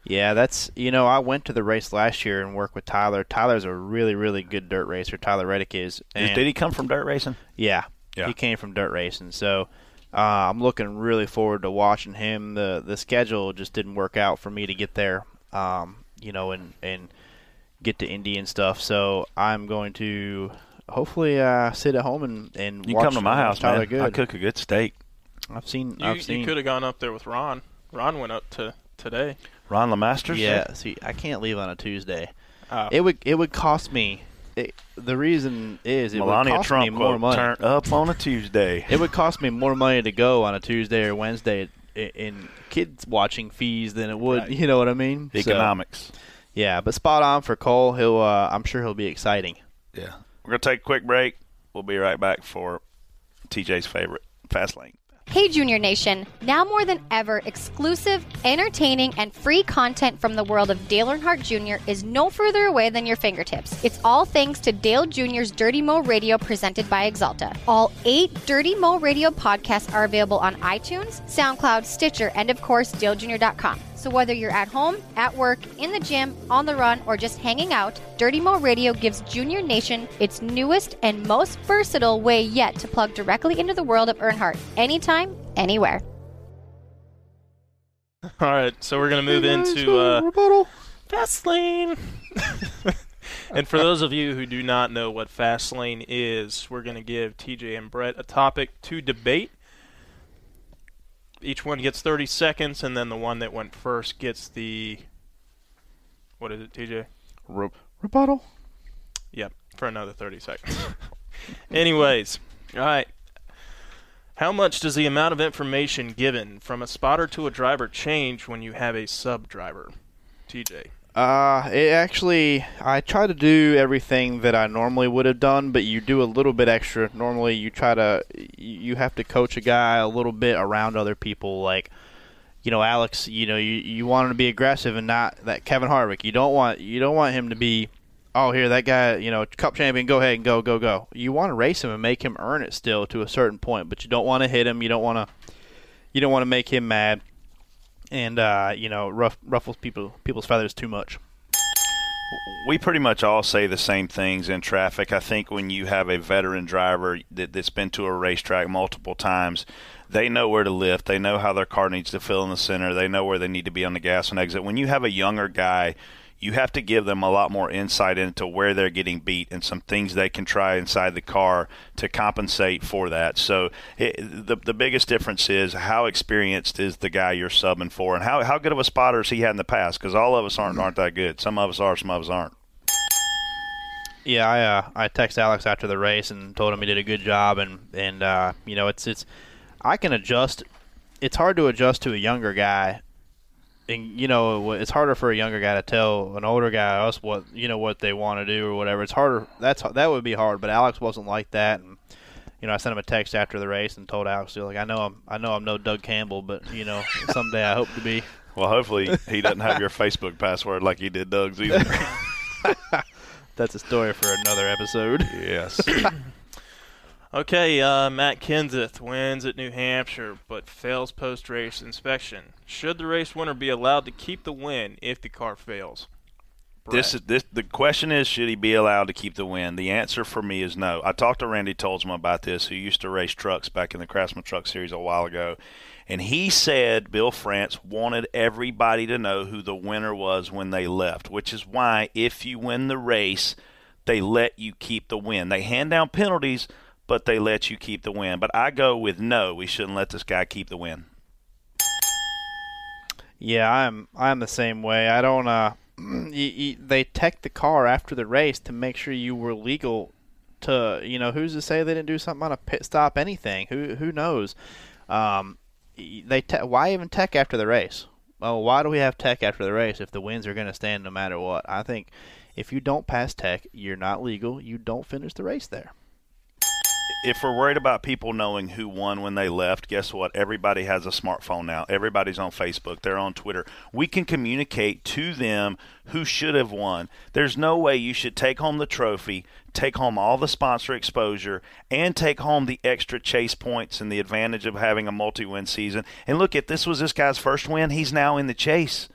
[SPEAKER 7] yeah, that's, you know, I went to the race last year and worked with Tyler. Tyler's a really, really good dirt racer. Tyler Reddick is. And
[SPEAKER 5] Did he come from dirt racing?
[SPEAKER 7] Yeah.
[SPEAKER 5] Yeah.
[SPEAKER 7] He came from dirt racing. So uh, I'm looking really forward to watching him. The the schedule just didn't work out for me to get there, um, you know, and, and get to Indy and stuff. So I'm going to hopefully uh, sit at home and, and
[SPEAKER 5] You
[SPEAKER 7] watch,
[SPEAKER 5] come to my
[SPEAKER 7] watch
[SPEAKER 5] house,
[SPEAKER 7] Tyler
[SPEAKER 5] man.
[SPEAKER 7] Good.
[SPEAKER 5] I cook a good steak.
[SPEAKER 7] I've seen.
[SPEAKER 6] You,
[SPEAKER 7] I've seen.
[SPEAKER 6] you could have gone up there with Ron. Ron went up to today.
[SPEAKER 5] Ron Lemasters?
[SPEAKER 7] yeah, see, I can't leave on a Tuesday.
[SPEAKER 6] Oh.
[SPEAKER 7] It would it would cost me. It, the reason is it would
[SPEAKER 5] Melania
[SPEAKER 7] cost me
[SPEAKER 5] Trump
[SPEAKER 7] more
[SPEAKER 5] quote,
[SPEAKER 7] money.
[SPEAKER 5] turn up on a
[SPEAKER 7] [LAUGHS]
[SPEAKER 5] Tuesday.
[SPEAKER 7] It would cost me more money to go on a Tuesday or Wednesday i- in kids watching fees than it would, you know what I mean? So,
[SPEAKER 5] Economics.
[SPEAKER 7] yeah, but spot on for Cole. He'll, uh, I'm sure he'll be exciting.
[SPEAKER 5] Yeah. We're going to take a quick break. We'll be right back for TJ's favorite, Fast Lane.
[SPEAKER 8] Hey, Junior Nation! Now more than ever, exclusive, entertaining, and free content from the world of Dale Earnhardt Jr. is no further away than your fingertips. It's all thanks to Dale Jr.'s Dirty Mo Radio presented by Exalta. All eight Dirty Mo Radio podcasts are available on iTunes, SoundCloud, Stitcher, and of course, DaleJr.com. So whether you're at home, at work, in the gym, on the run, or just hanging out, Dirty Mo Radio gives Junior Nation its newest and most versatile way yet to plug directly into the world of Earnhardt, anytime, anywhere.
[SPEAKER 6] All right, so we're gonna move into uh, Fastlane. [LAUGHS] and for those of you who do not know what Fastlane is, we're gonna give TJ and Brett a topic to debate. Each one gets 30 seconds, and then the one that went first gets the what is it, TJ?
[SPEAKER 7] Re- rebuttal?
[SPEAKER 6] Yep, for another 30 seconds. [LAUGHS] Anyways, all right. How much does the amount of information given from a spotter to a driver change when you have a sub driver? TJ.
[SPEAKER 7] Uh, it actually, I try to do everything that I normally would have done, but you do a little bit extra. Normally, you try to, you have to coach a guy a little bit around other people. Like, you know, Alex, you know, you, you want him to be aggressive and not that Kevin Harvick. You don't want, you don't want him to be, oh, here, that guy, you know, cup champion, go ahead and go, go, go. You want to race him and make him earn it still to a certain point, but you don't want to hit him. You don't want to, you don't want to make him mad. And uh, you know, ruff, ruffles people people's feathers too much.
[SPEAKER 5] we pretty much all say the same things in traffic. I think when you have a veteran driver that, that's been to a racetrack multiple times, they know where to lift. They know how their car needs to fill in the center. They know where they need to be on the gas and exit. When you have a younger guy, you have to give them a lot more insight into where they're getting beat and some things they can try inside the car to compensate for that. So it, the the biggest difference is how experienced is the guy you're subbing for, and how, how good of a spotter has he had in the past? Because all of us aren't aren't that good. Some of us are, some of us aren't.
[SPEAKER 7] Yeah, I uh, I text Alex after the race and told him he did a good job, and and uh, you know it's it's I can adjust. It's hard to adjust to a younger guy, and you know it's harder for a younger guy to tell an older guy us what you know what they want to do or whatever. It's harder. That's that would be hard. But Alex wasn't like that, and you know I sent him a text after the race and told Alex you know, like I know I'm I know I'm no Doug Campbell, but you know someday I hope to be.
[SPEAKER 5] Well, hopefully he doesn't have your [LAUGHS] Facebook password like he did Doug's either.
[SPEAKER 7] [LAUGHS] That's a story for another [LAUGHS] episode.
[SPEAKER 5] yes.
[SPEAKER 6] Okay, uh, Matt Kenseth wins at New Hampshire but fails post race inspection. Should the race winner be allowed to keep the win if the car fails?
[SPEAKER 5] This is
[SPEAKER 6] Brett.
[SPEAKER 5] this. The question is, should he be allowed to keep the win? The answer for me is no. I talked to Randy Tolsma about this, who used to race trucks back in the Craftsman Truck Series a while ago, and he said Bill France wanted everybody to know who the winner was when they left, which is why if you win the race, they let you keep the win. They hand down penalties, but they let you keep the win. But I go with no, we shouldn't let this guy keep the win.
[SPEAKER 7] Yeah, I'm I'm the same way. I don't. Uh, [CLEARS THROAT] y y they tech the car after the race to make sure you were legal. To you know, who's to say they didn't do something on a pit stop? Anything? Who who knows? Um, y- they te- why even tech after the race? Well, why do we have tech after the race if the wins are going to stand no matter what? I think if you don't pass tech, you're not legal. You don't finish the race there.
[SPEAKER 5] If we're worried about people knowing who won when they left, guess what? Everybody has a smartphone now. Everybody's on Facebook. They're on Twitter. We can communicate to them who should have won. There's no way you should take home the trophy, take home all the sponsor exposure, and take home the extra chase points and the advantage of having a multi win season. And look, if this was this guy's first win, he's now in the chase.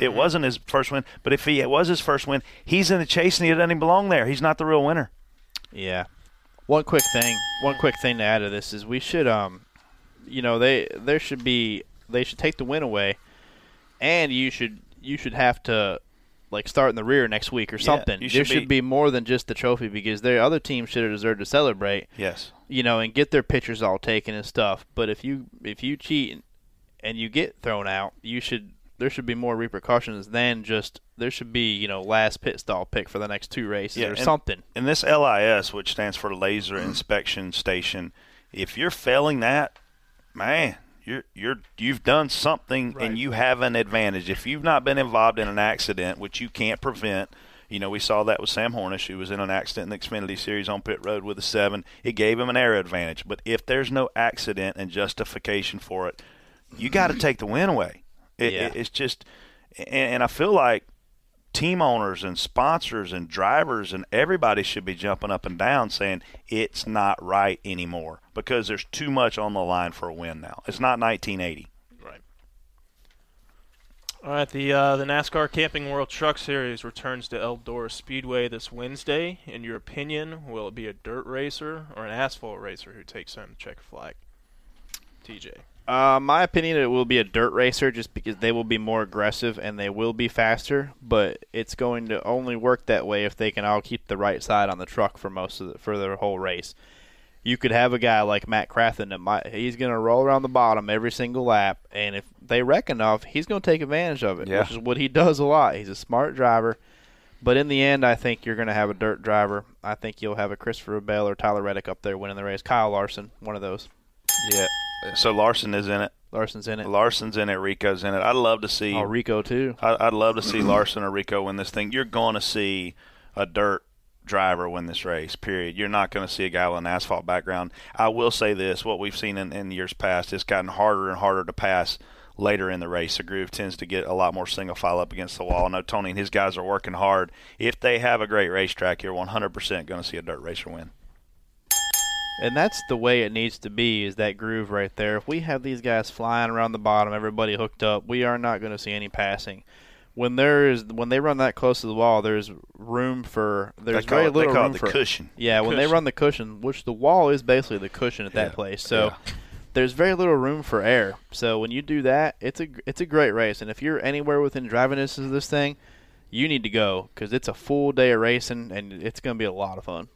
[SPEAKER 5] It wasn't his first win, but if he it was his first win, he's in the chase and he doesn't even belong there. He's not the real winner.
[SPEAKER 7] Yeah. One quick thing. One quick thing to add to this is we should um, you know they there should be they should take the win away, and you should you should have to like start in the rear next week or something.
[SPEAKER 5] you
[SPEAKER 7] there
[SPEAKER 5] should
[SPEAKER 7] should
[SPEAKER 5] be-
[SPEAKER 7] be more than just the trophy because their other team should have deserved to celebrate.
[SPEAKER 5] Yes.
[SPEAKER 7] You know, and get their pictures all taken and stuff. But if you if you cheat and, and you get thrown out, you should there should be more repercussions than just there should be you know last pit stall pick for the next two races or
[SPEAKER 5] and-
[SPEAKER 7] something.
[SPEAKER 5] And this LIS, which stands for Laser Inspection Station, if you're failing that, man, you're you're you've done something and you have an advantage. If you've not been involved in an accident, which you can't prevent, you know we saw that with Sam Hornish, who was in an accident in the Xfinity Series on pit road with a seven. It gave him an air advantage. But if there's no accident and justification for it, you got to take the win away. It,
[SPEAKER 7] Mm. Yeah.
[SPEAKER 5] it, it's just, and, and I feel like team owners and sponsors and drivers and everybody should be jumping up and down saying it's not right anymore because there's too much on the line for a win now. It's not 1980.
[SPEAKER 6] All right, the uh, the NASCAR Camping World Truck Series returns to Eldora Speedway this Wednesday. In your opinion, will it be a dirt racer or an asphalt racer who takes home the checker flag? TJ.
[SPEAKER 7] Uh, my opinion, it will be a dirt racer just because they will be more aggressive and they will be faster. But it's going to only work that way if they can all keep the right side on the truck for most of the, for the whole race. You could have a guy like Matt Crafton that might he's going to roll around the bottom every single lap, and if they wreck enough, he's going to take advantage of it,
[SPEAKER 5] Yeah.
[SPEAKER 7] which is what he does a lot. He's a smart driver. But in the end, I think you're going to have a dirt driver. I think you'll have a Christopher Bell or Tyler Reddick up there winning the race. Kyle Larson, one of those.
[SPEAKER 5] Yeah. So Larson is in it.
[SPEAKER 7] Larson's in it.
[SPEAKER 5] Larson's in it. Rico's in it. I'd love to see.
[SPEAKER 7] Oh, Rico too.
[SPEAKER 5] I, I'd love to see Larson or Rico win this thing. You're going to see a dirt driver win this race, period. You're not going to see a guy with an asphalt background. I will say this what we've seen in, in years past, it's gotten harder and harder to pass later in the race. The groove tends to get a lot more single file up against the wall. I know Tony and his guys are working hard. If they have a great racetrack, you're 100% going to see a dirt racer win.
[SPEAKER 7] And that's the way it needs to be is that groove right there. If we have these guys flying around the bottom, everybody hooked up, we are not going to see any passing. When there is when they run that close to the wall, there's room for there's
[SPEAKER 5] They call
[SPEAKER 7] very
[SPEAKER 5] it- they
[SPEAKER 7] little
[SPEAKER 5] call it
[SPEAKER 7] room
[SPEAKER 5] the
[SPEAKER 7] for
[SPEAKER 5] cushion.
[SPEAKER 7] Yeah, when they run the cushion, which the wall is basically the cushion at that
[SPEAKER 5] Yeah,
[SPEAKER 7] place. So there's very little room for air. So when you do that, it's a it's a great race. And if you're anywhere within driving distance of this thing, you need to go because it's a full day of racing and it's going to be a lot of fun.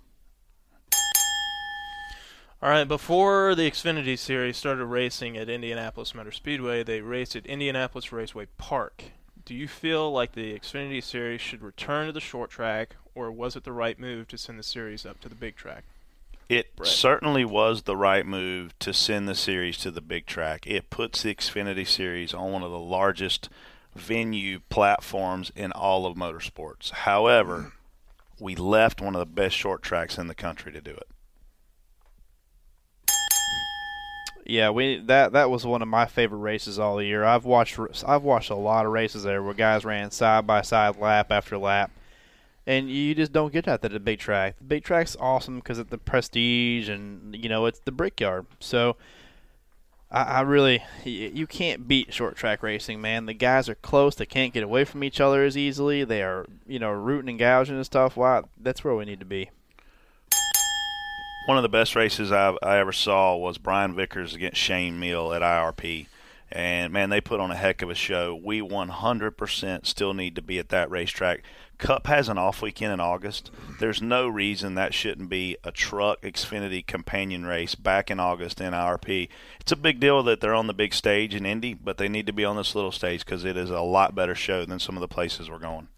[SPEAKER 6] All right, before the Xfinity Series started racing at Indianapolis Motor Speedway, they raced at Indianapolis Raceway Park. Do you feel like the Xfinity Series should return to the short track, or was it the right move to send the series up to the big track?
[SPEAKER 5] It certainly was the right move to send the series to the big track. It puts the Xfinity series on one of the largest venue platforms in all of motorsports. However, we left one of the best short tracks in the country to do it.
[SPEAKER 7] Yeah, we that that was one of my favorite races all year. I've watched I've watched a lot of races there where guys ran side by side, lap after lap, and you just don't get that at the big track. The big track's awesome because of the prestige and you know it's the brickyard. So I, I really y- you can't beat short track racing, man. The guys are close; they can't get away from each other as easily. They are you know rooting and gouging and stuff. Wow, that's where we need to be.
[SPEAKER 5] One of the best races I've, I ever saw was Brian Vickers against Shane Mill at IRP. And man, they put on a heck of a show. We 100% still need to be at that racetrack. Cup has an off weekend in August. There's no reason that shouldn't be a truck Xfinity companion race back in August in IRP. It's a big deal that they're on the big stage in Indy, but they need to be on this little stage because it is a lot better show than some of the places we're going.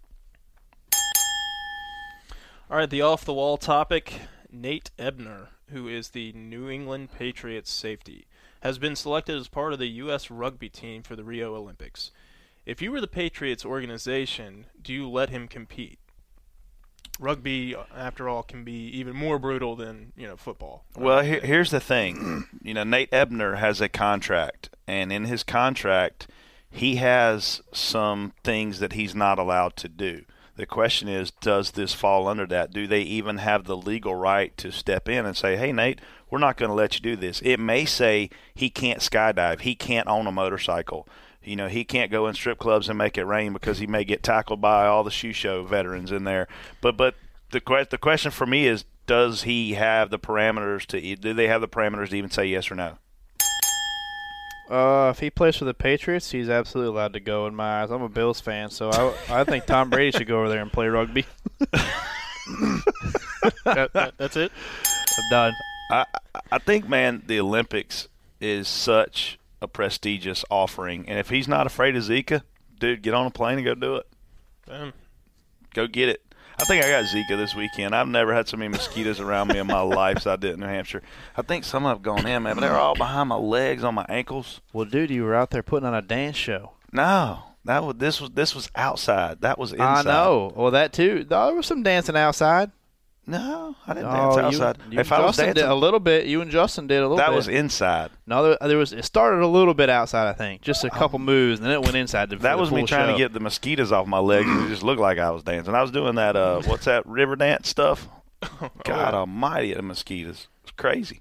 [SPEAKER 6] All right, the off the wall topic Nate Ebner, who is the New England Patriots safety, has been selected as part of the U.S. rugby team for the Rio Olympics. If you were the Patriots organization, do you let him compete? Rugby, after all, can be even more brutal than you know football.
[SPEAKER 5] Well, here, here's the thing. [CLEARS THROAT] You know, Nate Ebner has a contract, and in his contract, he has some things that he's not allowed to do. The question is, does this fall under that? Do they even have the legal right to step in and say, hey, Nate, we're not going to let you do this? It may say he can't skydive, he can't own a motorcycle. You know, he can't go in strip clubs and make it rain because he may get tackled by all the shoe show veterans in there. But, but, the, que- the question for me is does he have the parameters to e- do they have the parameters to even say yes or no
[SPEAKER 7] Uh, if he plays for the Patriots, he's absolutely allowed to go. In my eyes, I'm a Bills fan, so I, I think Tom Brady should go over there and play rugby. [LAUGHS]
[SPEAKER 6] That- that- that's it.
[SPEAKER 7] I'm done.
[SPEAKER 5] i I- i think man the olympics is such a prestigious offering and if he's not afraid of zika dude get on a plane and go do it
[SPEAKER 6] Boom.
[SPEAKER 5] go get it I think I got Zika this weekend. I've never had so many mosquitoes around me in [LAUGHS] my life as I did in New Hampshire. I think some have gone in, man, but they're all behind my legs, on my ankles.
[SPEAKER 7] Well, dude, you were out there putting on a dance show.
[SPEAKER 5] No, that was this was this was outside. That was inside.
[SPEAKER 7] I know. Well, that too. There was some dancing outside.
[SPEAKER 5] No, I didn't dance
[SPEAKER 7] Oh, you-
[SPEAKER 5] outside.
[SPEAKER 7] you
[SPEAKER 5] if
[SPEAKER 7] and
[SPEAKER 5] I was
[SPEAKER 7] Justin
[SPEAKER 5] dancing,
[SPEAKER 7] did a little bit, you and Justin did a little.
[SPEAKER 5] that
[SPEAKER 7] bit.
[SPEAKER 5] was inside.
[SPEAKER 7] No, there, there was. It started a little bit outside, I think, just a couple moves, and then it went inside. to- for
[SPEAKER 5] Oh. That
[SPEAKER 7] the
[SPEAKER 5] was me
[SPEAKER 7] full
[SPEAKER 5] trying
[SPEAKER 7] show.
[SPEAKER 5] to get the mosquitoes off my legs. and It just looked like I was dancing. I was doing that.
[SPEAKER 7] [LAUGHS]
[SPEAKER 5] Uh, what's that river dance stuff?
[SPEAKER 7] Oh,
[SPEAKER 5] God Almighty, the mosquitoes! It's crazy.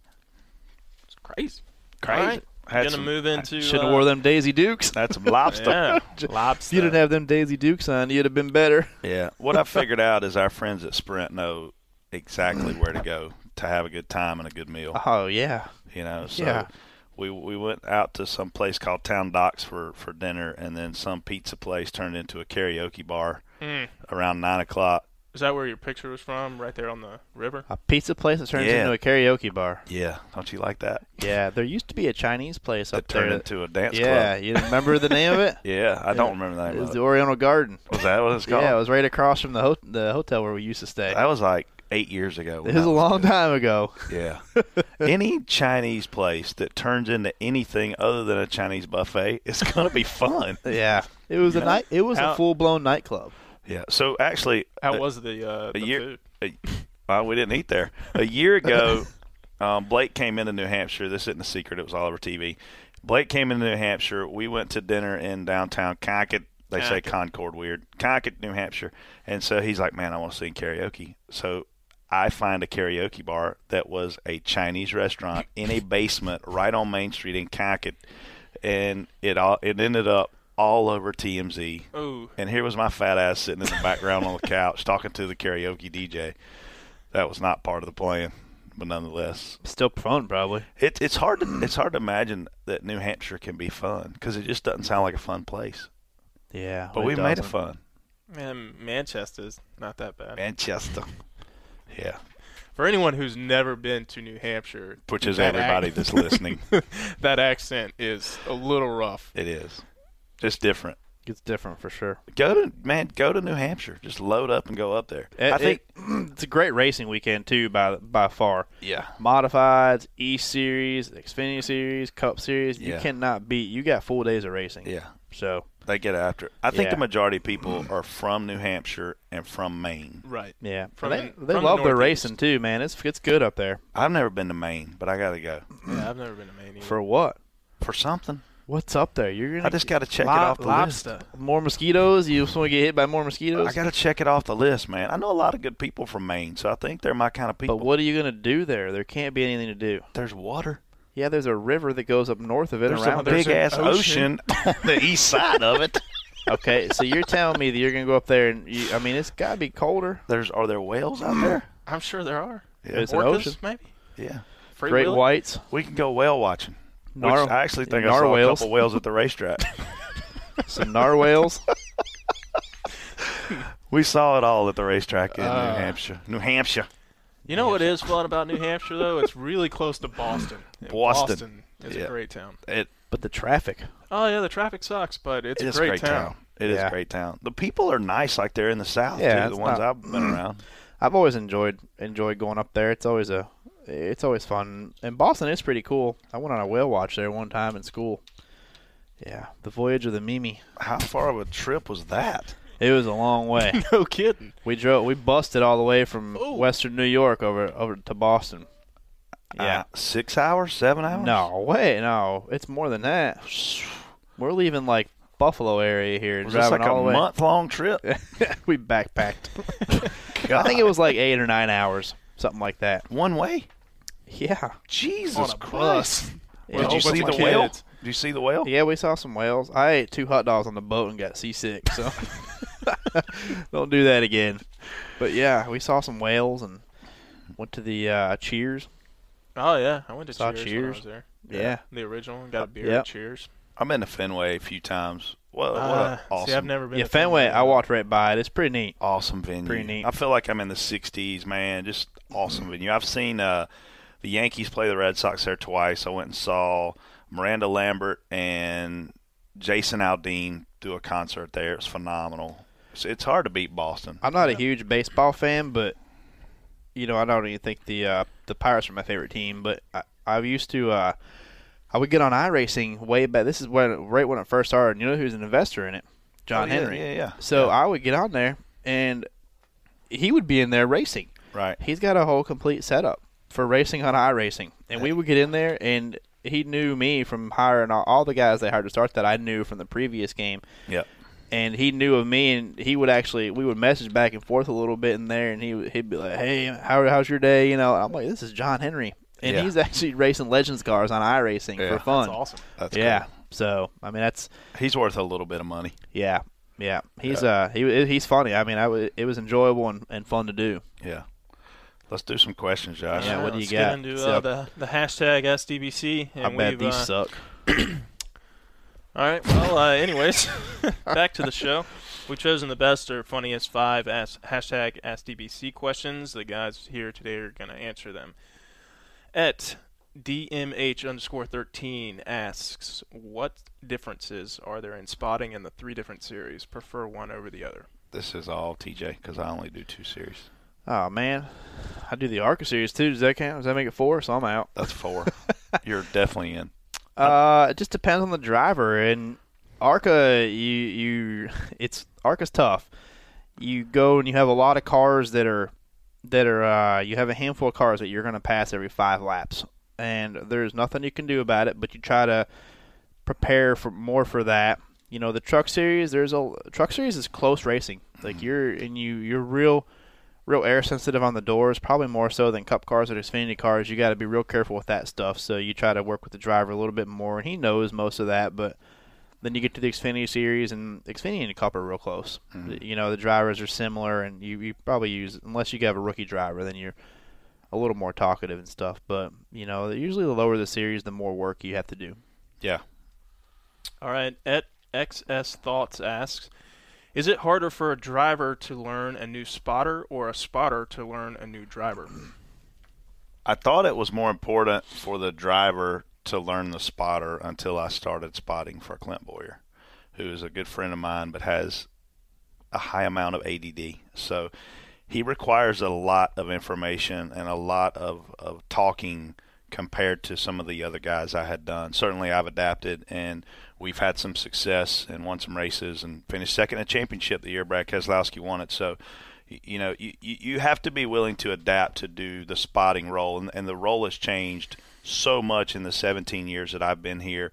[SPEAKER 6] It's crazy.
[SPEAKER 5] Crazy.
[SPEAKER 6] All right.
[SPEAKER 5] Had
[SPEAKER 6] Gonna
[SPEAKER 5] some-
[SPEAKER 6] move into.
[SPEAKER 7] Shouldn't
[SPEAKER 6] uh,
[SPEAKER 7] have wore
[SPEAKER 6] [LAUGHS]
[SPEAKER 7] them Daisy Dukes.
[SPEAKER 5] That's some
[SPEAKER 7] [LAUGHS]
[SPEAKER 5] lobster.
[SPEAKER 6] Yeah,
[SPEAKER 7] If
[SPEAKER 6] lobster.
[SPEAKER 7] you didn't have them Daisy Dukes on, you'd have been better.
[SPEAKER 5] [LAUGHS] Yeah. What I figured out is our friends at Sprint know exactly where to go to have a good time and a good meal.
[SPEAKER 7] Oh yeah.
[SPEAKER 5] you know. So
[SPEAKER 7] Yeah.
[SPEAKER 5] we we went out to some place called Town Docks for for dinner, and then some pizza place turned into a karaoke bar
[SPEAKER 7] Hmm.
[SPEAKER 5] around nine o'clock.
[SPEAKER 6] Is that where your picture was from? Right there on the river.
[SPEAKER 7] A pizza place that turns
[SPEAKER 5] Yeah.
[SPEAKER 7] into a karaoke bar.
[SPEAKER 5] Yeah, don't you like that?
[SPEAKER 7] Yeah, there used to be a Chinese place up
[SPEAKER 5] That turned
[SPEAKER 7] there.
[SPEAKER 5] into a dance
[SPEAKER 7] yeah,
[SPEAKER 5] club.
[SPEAKER 7] you remember the name of it?
[SPEAKER 5] [LAUGHS] Yeah, I don't remember the
[SPEAKER 7] It
[SPEAKER 5] name
[SPEAKER 7] was
[SPEAKER 5] of
[SPEAKER 7] the
[SPEAKER 5] it.
[SPEAKER 7] Oriental Garden.
[SPEAKER 5] Was that what it's called?
[SPEAKER 7] Yeah, it was right across from the ho- the hotel where we used to stay.
[SPEAKER 5] that was like eight years ago.
[SPEAKER 7] it
[SPEAKER 5] when
[SPEAKER 7] was
[SPEAKER 5] I
[SPEAKER 7] a long
[SPEAKER 5] [LAUGHS]
[SPEAKER 7] time ago. [LAUGHS]
[SPEAKER 5] Yeah. Any Chinese place that turns into anything other than a Chinese buffet is going to be fun.
[SPEAKER 7] [LAUGHS] Yeah, it was a night. It was a
[SPEAKER 6] Out-
[SPEAKER 7] full blown nightclub.
[SPEAKER 5] Yeah. So actually,
[SPEAKER 6] How
[SPEAKER 5] uh,
[SPEAKER 6] was the uh,
[SPEAKER 5] a
[SPEAKER 6] the
[SPEAKER 5] year.
[SPEAKER 6] food?
[SPEAKER 5] a- well, we didn't eat there. A
[SPEAKER 6] [LAUGHS]
[SPEAKER 5] year ago, um, Blake came into New Hampshire. This isn't a secret. It was all over TV. Blake came into New Hampshire. We went to dinner in downtown Concord. They say Concord weird. Concord, New Hampshire. And so he's like, man, I want to sing karaoke. So I find a karaoke bar that was a Chinese restaurant in a basement right on Main Street in Concord. And it all it ended up all over TMZ.
[SPEAKER 6] Oh,
[SPEAKER 5] And here was my fat ass sitting in the background on the couch talking to the karaoke DJ. That was not part of the plan, but nonetheless,
[SPEAKER 7] Still fun, probably.
[SPEAKER 5] it, it's hard to it's hard to imagine that New Hampshire can be fun because it just doesn't sound like a fun place.
[SPEAKER 7] Yeah,
[SPEAKER 5] But we made it fun,
[SPEAKER 6] man, Manchester's not that bad.
[SPEAKER 5] Manchester. Yeah,
[SPEAKER 6] For anyone who's never been to New Hampshire,
[SPEAKER 5] which is
[SPEAKER 6] that [LAUGHS]
[SPEAKER 5] everybody that's [LAUGHS] listening.
[SPEAKER 6] ac- that accent is a little rough.
[SPEAKER 5] It is. It's different.
[SPEAKER 7] It's different for sure.
[SPEAKER 5] Go to man, go to New Hampshire. Just load up and go up there. I think
[SPEAKER 7] [CLEARS THROAT] it's a great racing weekend too, by by far.
[SPEAKER 5] Yeah.
[SPEAKER 7] modifieds, E Series, Xfinity Series, Cup Series.
[SPEAKER 5] Yeah.
[SPEAKER 7] You cannot beat. You got full days of racing.
[SPEAKER 5] Yeah.
[SPEAKER 7] So
[SPEAKER 5] they get after it. I think
[SPEAKER 7] Yeah.
[SPEAKER 5] the majority of people are from New Hampshire and from Maine.
[SPEAKER 6] Right.
[SPEAKER 7] yeah,
[SPEAKER 6] From-
[SPEAKER 7] they,
[SPEAKER 6] from
[SPEAKER 7] they
[SPEAKER 6] the
[SPEAKER 7] love their
[SPEAKER 6] Northeast.
[SPEAKER 7] racing too, man. It's it's good up there.
[SPEAKER 5] I've never been to Maine, but I gotta go
[SPEAKER 6] Yeah, I've never been to Maine either.
[SPEAKER 7] For what?
[SPEAKER 5] for something.
[SPEAKER 7] What's up there? You're gonna.
[SPEAKER 5] I just gotta check
[SPEAKER 7] Lob-
[SPEAKER 5] it off the
[SPEAKER 7] lobster.
[SPEAKER 5] list.
[SPEAKER 7] more mosquitoes. You just want to get hit by more
[SPEAKER 5] I
[SPEAKER 7] mosquitoes.
[SPEAKER 5] gotta check it off the list, man. I know a lot of good people from Maine, so I think they're my kind of people.
[SPEAKER 7] But what are you gonna do there? There can't be anything to do.
[SPEAKER 5] There's water.
[SPEAKER 7] Yeah, there's a river that goes up north of it
[SPEAKER 5] There's a
[SPEAKER 7] around.
[SPEAKER 5] big
[SPEAKER 6] an
[SPEAKER 5] ass ocean.
[SPEAKER 6] ocean.
[SPEAKER 5] on the east side of it.
[SPEAKER 7] okay, so you're telling me that you're gonna go up there and you, I mean it's gotta be colder.
[SPEAKER 5] There's are there whales out there?
[SPEAKER 6] I'm sure there are.
[SPEAKER 7] It's an
[SPEAKER 6] Orcas,
[SPEAKER 7] ocean.
[SPEAKER 6] maybe.
[SPEAKER 5] Yeah.
[SPEAKER 6] Free
[SPEAKER 7] Great
[SPEAKER 6] will?
[SPEAKER 7] whites.
[SPEAKER 5] We can go whale watching. Which
[SPEAKER 7] Nar-
[SPEAKER 5] I actually think I saw a
[SPEAKER 7] narwhals.
[SPEAKER 5] couple whales at the racetrack. [LAUGHS]
[SPEAKER 7] Some narwhals.
[SPEAKER 5] we saw it all at the racetrack in New Hampshire. New Hampshire.
[SPEAKER 6] You know what is fun about New Hampshire though? It's really close to
[SPEAKER 7] [LAUGHS]
[SPEAKER 6] Boston. And
[SPEAKER 5] Boston.
[SPEAKER 6] is
[SPEAKER 5] Yeah.
[SPEAKER 6] a great town.
[SPEAKER 5] It
[SPEAKER 7] but the traffic.
[SPEAKER 6] Oh yeah, the traffic sucks, but it's
[SPEAKER 5] it is
[SPEAKER 6] a great, town.
[SPEAKER 5] It is
[SPEAKER 7] Yeah.
[SPEAKER 5] a great town. The people are nice, like they're in the South.
[SPEAKER 7] Yeah,
[SPEAKER 5] too, the
[SPEAKER 7] it's
[SPEAKER 5] ones
[SPEAKER 7] not-
[SPEAKER 5] I've been around.
[SPEAKER 7] I've always enjoyed enjoyed going up there. It's always a it's always fun. And Boston is pretty cool. I went on a whale watch there one time in school. Yeah, the voyage of the Mimi.
[SPEAKER 5] How far of a trip was that?
[SPEAKER 7] It was a long way.
[SPEAKER 6] [LAUGHS]
[SPEAKER 5] [LAUGHS]
[SPEAKER 6] No kidding.
[SPEAKER 7] we drove. We busted all the way from Western New York over over to Boston. Yeah.
[SPEAKER 5] Uh, six hours, seven hours.
[SPEAKER 7] No way. No, it's more than that. We're leaving like Buffalo area here. and
[SPEAKER 5] was this
[SPEAKER 7] driving
[SPEAKER 5] like a
[SPEAKER 7] all the way.
[SPEAKER 5] month long
[SPEAKER 7] [LAUGHS]
[SPEAKER 5] trip? [LAUGHS]
[SPEAKER 7] we backpacked. I think it was like eight or nine hours, something like that.
[SPEAKER 5] One way.
[SPEAKER 7] Yeah.
[SPEAKER 5] Jesus
[SPEAKER 6] a
[SPEAKER 5] Christ!
[SPEAKER 7] Yeah.
[SPEAKER 5] Did you
[SPEAKER 6] bunch
[SPEAKER 5] see
[SPEAKER 6] of
[SPEAKER 5] the
[SPEAKER 6] kids.
[SPEAKER 5] whale? Did you see the whale?
[SPEAKER 7] Yeah, we saw some whales. I ate two hot dogs on the boat and got seasick,
[SPEAKER 5] [LAUGHS]
[SPEAKER 7] so don't do that again. But yeah, we saw some whales and went to the uh, Cheers.
[SPEAKER 6] Oh yeah, I went to
[SPEAKER 7] Saw
[SPEAKER 6] Cheers, when I
[SPEAKER 7] Cheers.
[SPEAKER 6] was there.
[SPEAKER 7] Yeah.
[SPEAKER 6] The original, got a beer.
[SPEAKER 7] Yep.
[SPEAKER 6] at Cheers.
[SPEAKER 5] I've been to Fenway a few times. What, what
[SPEAKER 6] Uh,
[SPEAKER 5] a awesome,
[SPEAKER 6] See, I've never been.
[SPEAKER 7] Yeah,
[SPEAKER 6] to
[SPEAKER 7] Fenway. I walked right by it. It's pretty neat.
[SPEAKER 5] awesome venue.
[SPEAKER 7] Pretty neat.
[SPEAKER 5] I feel like I'm in the '60s, man. Just awesome venue. I've seen uh, the Yankees play the Red Sox there twice. I went and saw Miranda Lambert and Jason Aldean do a concert there. It was phenomenal. It's, it's hard to beat Boston.
[SPEAKER 7] I'm not a huge baseball fan, but you know, I don't even think the uh, the Pirates are my favorite team. But I, I used to, uh, I would get on iRacing way back. This is when right when it first started. And you know who's an investor in it? John
[SPEAKER 5] Oh, yeah,
[SPEAKER 7] Henry.
[SPEAKER 5] yeah, yeah.
[SPEAKER 7] So I would get on there, and he would be in there racing.
[SPEAKER 5] Right.
[SPEAKER 7] He's got a whole complete setup for racing on iRacing, and we would get in there, and he knew me from hiring all, all the guys they hired to start that I knew from the previous game
[SPEAKER 5] Yep.
[SPEAKER 7] and he knew of me, and he would actually we would message back and forth a little bit in there, and he would- he'd be like, "Hey, how, how's your day?" You know, I'm like, "This is John Henry," and
[SPEAKER 5] Yeah.
[SPEAKER 7] he's actually racing Legends cars on iRacing
[SPEAKER 5] Yeah.
[SPEAKER 7] for
[SPEAKER 5] That's
[SPEAKER 7] fun.
[SPEAKER 6] That's awesome.
[SPEAKER 5] That's
[SPEAKER 7] yeah.
[SPEAKER 5] cool.
[SPEAKER 7] So I mean, that's
[SPEAKER 5] He's worth a little bit of money.
[SPEAKER 7] yeah, yeah. He's uh he he's funny. I mean, I w- it was enjoyable and, and fun to do.
[SPEAKER 5] Yeah. Let's do some questions, Josh.
[SPEAKER 7] Yeah, what do you
[SPEAKER 6] Let's
[SPEAKER 7] got?
[SPEAKER 6] Get into uh,
[SPEAKER 7] So-
[SPEAKER 6] the the hashtag SDBC. And
[SPEAKER 7] I bet
[SPEAKER 6] we've,
[SPEAKER 7] these
[SPEAKER 6] uh,
[SPEAKER 7] suck.
[SPEAKER 6] All right. Well,
[SPEAKER 7] [LAUGHS]
[SPEAKER 6] uh, anyways, [LAUGHS] back to the show. We've chosen the best or funniest five as, hashtag AskDBC questions. The guys here today are going to answer them. At DMH underscore 13 asks, What differences are there in spotting in the three different series? Prefer one over the other.
[SPEAKER 5] This is all TJ because I only do two series.
[SPEAKER 7] Oh man, I do the Arca series too. Does that count? Does that make it four? So I'm out.
[SPEAKER 5] That's four. [LAUGHS] You're definitely in.
[SPEAKER 7] Uh, it just depends on the driver. And Arca, you you, [LAUGHS] it's Arca's tough. You go and you have a lot of cars that are that are uh, you have a handful of cars that you're going to pass every five laps, and there's nothing you can do about it. But you try to prepare for more for that. You know, the truck series. There's a truck series is close racing. Like you're and you you're real. Real air sensitive on the doors, probably more so than cup cars or Xfinity cars. You got to be real careful with that stuff. So you try to work with the driver a little bit more, and he knows most of that. But then you get to the Xfinity series, and Xfinity and Cup are real close. You know the drivers are similar, and you, you probably use unless you have a rookie driver, then you're a little more talkative and stuff. But you know usually the lower the series, the more work you have to do.
[SPEAKER 5] Yeah.
[SPEAKER 6] All right. At XS Thoughts asks, Is it harder for a driver to learn a new spotter or a spotter to learn a new driver?
[SPEAKER 5] I thought it was more important for the driver to learn the spotter until I started spotting for Clint Boyer, who is a good friend of mine but has a high amount of ADD. So he requires a lot of information and a lot of, of talking compared to some of the other guys I had done. Certainly, I've adapted and we've had some success and won some races and finished second at championship the year Brad Keselowski won it. So, y- you know, you, you you have to be willing to adapt to do the spotting role, and, and the role has changed so much in the 17 years that I've been here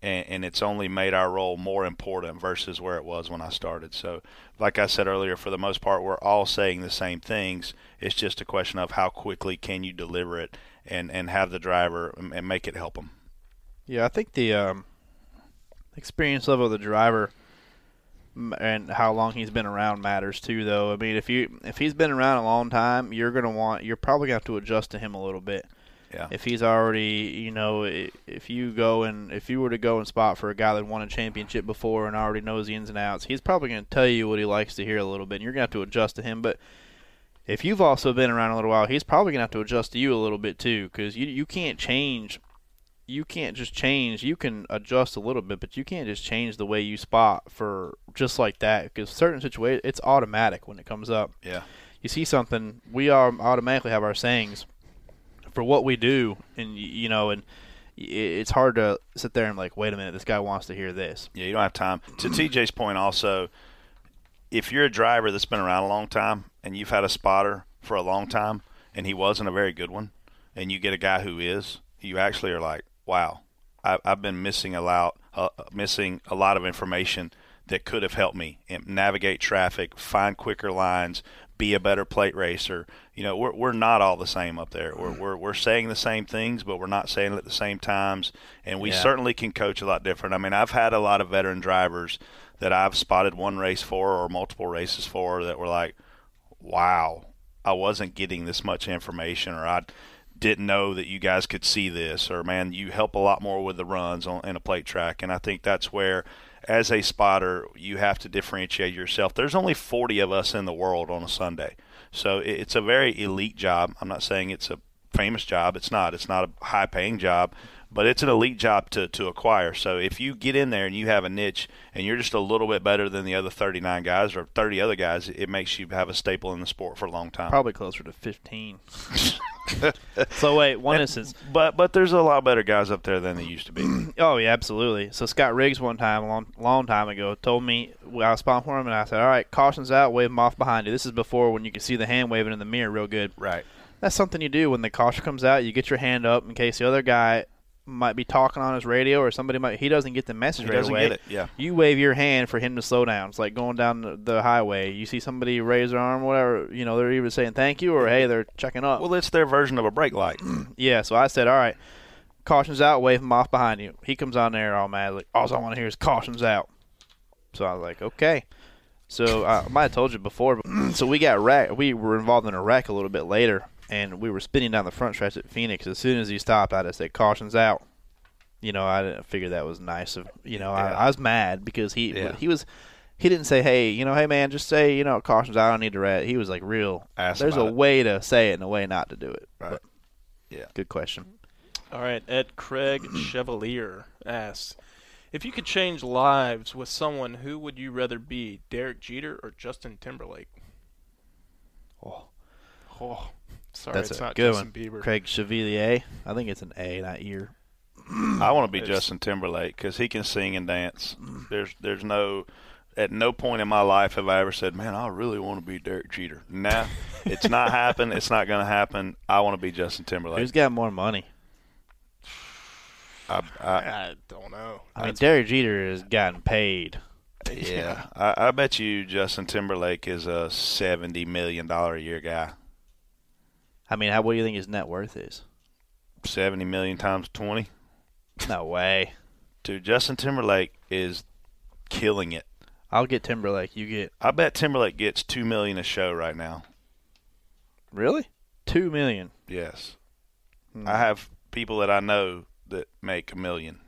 [SPEAKER 5] and, and it's only made our role more important versus where it was when I started. So, like I said earlier, for the most part, we're all saying the same things. It's just a question of how quickly can you deliver it and, and have the driver and and make it help them.
[SPEAKER 7] Yeah, I think the um, experience level of the driver m- and how long he's been around matters too. Though I mean, if you if he's been around a long time, you're gonna want you're probably gonna have to adjust to him a little bit.
[SPEAKER 5] Yeah.
[SPEAKER 7] If he's already, you know, i- if you go and if you were to go and spot for a guy that won a championship before and already knows the ins and outs, he's probably going to tell you what he likes to hear a little bit. And you're going to have to adjust to him. But if you've also been around a little while, he's probably going to have to adjust to you a little bit too, because you you can't change. You can't just change. You can adjust a little bit, but you can't just change the way you spot for just like that. Because certain situations, it's automatic when it comes up.
[SPEAKER 5] Yeah.
[SPEAKER 7] You see something, we are automatically have our sayings for what we do, and y- you know, and i- it's hard to sit there and like, wait a minute, this guy wants to hear this.
[SPEAKER 5] Yeah, you don't have time. To TJ's point, also, if you're a driver that's been around a long time and you've had a spotter for a long time and he wasn't a very good one, and you get a guy who is, you actually are like, wow, I, I've been missing a lot, uh, missing a lot of information that could have helped me in- navigate traffic, find quicker lines, be a better plate racer. You know, we're, we're not all the same up there. We're, we're, we're saying the same things, but we're not saying it at the same times. And we certainly can coach a lot different. I mean, I've had a lot of veteran drivers that I've spotted one race for or multiple races for that were like, wow, I wasn't getting this much information, or I didn't know that you guys could see this, or man, you help a lot more with the runs on in a plate track, and I think that's where, as a spotter, you have to differentiate yourself. There's only 40 of us in the world on a Sunday, so it- it's a very elite job. I'm not saying it's a famous job. It's not. It's not a high paying job, but it's an elite job to, to acquire. So if you get in there and you have a niche and you're just a little bit better than the other 39 guys or 30 other guys, it makes you have a staple in the sport for a long time.
[SPEAKER 7] Probably closer to fifteen. so wait, one instance.
[SPEAKER 5] But but there's a lot better guys up there than they used to be.
[SPEAKER 7] Oh yeah, absolutely. So Scott Riggs one time, a long, long time ago, told me well, I was spotting for him, and I said, "All right, cautions out, wave them off behind you." This is before when you could see the hand waving in the mirror real good.
[SPEAKER 5] right.
[SPEAKER 7] That's something you do when the caution comes out. You get your hand up in case the other guy might be talking on his radio or somebody might he doesn't get the message
[SPEAKER 5] He
[SPEAKER 7] right
[SPEAKER 5] doesn't
[SPEAKER 7] away.
[SPEAKER 5] get it, yeah.
[SPEAKER 7] You wave your hand for him to slow down. It's like going down the, the highway. You see somebody raise their arm, whatever. You know they're either saying thank you or hey, they're checking up.
[SPEAKER 5] Well, it's their version of a brake light.
[SPEAKER 7] Yeah, so I said, all right, caution's out, wave him off behind you. He comes on there all mad, like, all I want to hear is caution's out. So I was like, okay. So uh, I I might have told you before, but [CLEARS THROAT] so we got wrecked. We were involved in a wreck a little bit later, and we were spinning down the front stretch at Phoenix. As soon as he stopped, I just said, caution's out. You know, I didn't figure that was nice of you know. I, I was mad because he
[SPEAKER 5] Yeah.
[SPEAKER 7] he was he didn't say, hey, you know, hey man, just say you know, caution's out. I don't need to rat. He was like real.
[SPEAKER 5] Ass
[SPEAKER 7] There's a
[SPEAKER 5] about it.
[SPEAKER 7] way to say it and a way not to do it. But
[SPEAKER 5] Yeah.
[SPEAKER 7] good question.
[SPEAKER 6] All right,
[SPEAKER 7] [CLEARS THROAT]
[SPEAKER 6] Ed Craig Chevalier asks If you could change lives with someone, who would you rather be, Derek Jeter or Justin Timberlake?
[SPEAKER 7] Oh.
[SPEAKER 6] Oh, sorry,
[SPEAKER 7] That's
[SPEAKER 6] it's
[SPEAKER 7] a
[SPEAKER 6] not
[SPEAKER 7] good one.
[SPEAKER 6] Justin Bieber.
[SPEAKER 7] Craig Chevalier. I think it's an A, not E, ear.
[SPEAKER 5] I want to be
[SPEAKER 6] It's-
[SPEAKER 5] Justin Timberlake because he can sing and dance. There's there's no at no point in my life have I ever said, man, I really want to be Derek Jeter. Nah, it's not happened. It's not going to happen. I want to be Justin
[SPEAKER 7] Who's
[SPEAKER 5] Timberlake.
[SPEAKER 7] got more money?
[SPEAKER 5] I, I,
[SPEAKER 6] I don't know.
[SPEAKER 7] I mean, Derek Jeter has gotten paid.
[SPEAKER 5] yeah, [LAUGHS] I, I bet you Justin Timberlake is a seventy million dollar a year guy.
[SPEAKER 7] I mean, how what do you think his net worth is?
[SPEAKER 5] Seventy million times twenty. [LAUGHS]
[SPEAKER 7] No way.
[SPEAKER 5] Dude, Justin Timberlake is killing it.
[SPEAKER 7] I'll get Timberlake. You get
[SPEAKER 5] I bet Timberlake gets two million a show right now.
[SPEAKER 7] really two million.
[SPEAKER 5] Yes.
[SPEAKER 7] Hmm.
[SPEAKER 5] I have people that I know that make a million,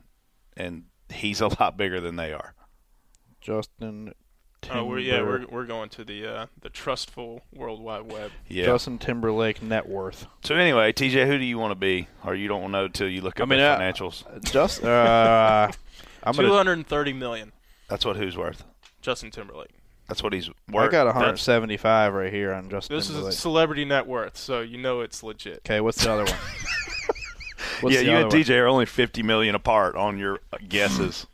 [SPEAKER 5] and he's [LAUGHS] a lot bigger than they are.
[SPEAKER 7] Justin. Timber,
[SPEAKER 6] Oh, we're, yeah, we're, we're going to the uh, the trustful World Wide Web.
[SPEAKER 5] Yeah.
[SPEAKER 7] Justin Timberlake
[SPEAKER 5] [LAUGHS]
[SPEAKER 7] net worth.
[SPEAKER 5] so anyway, TJ, who do you want to be, or you don't know till you look up
[SPEAKER 7] mean,
[SPEAKER 5] the
[SPEAKER 7] uh,
[SPEAKER 5] financials?
[SPEAKER 7] Just [LAUGHS] uh, I'm
[SPEAKER 6] Two
[SPEAKER 7] gonna.
[SPEAKER 6] hundred and thirty million.
[SPEAKER 5] That's what who's worth.
[SPEAKER 6] Justin Timberlake.
[SPEAKER 5] That's what he's
[SPEAKER 7] I
[SPEAKER 5] worth.
[SPEAKER 7] got 175 right here on Justin
[SPEAKER 6] This
[SPEAKER 7] Timberlake.
[SPEAKER 6] is celebrity net worth, so you know it's legit.
[SPEAKER 7] okay, what's the other
[SPEAKER 5] [LAUGHS]
[SPEAKER 7] one? What's
[SPEAKER 5] yeah,
[SPEAKER 7] the
[SPEAKER 5] you
[SPEAKER 7] other
[SPEAKER 5] and
[SPEAKER 7] one?
[SPEAKER 5] TJ are only fifty million apart on your
[SPEAKER 7] [LAUGHS]
[SPEAKER 5] guesses.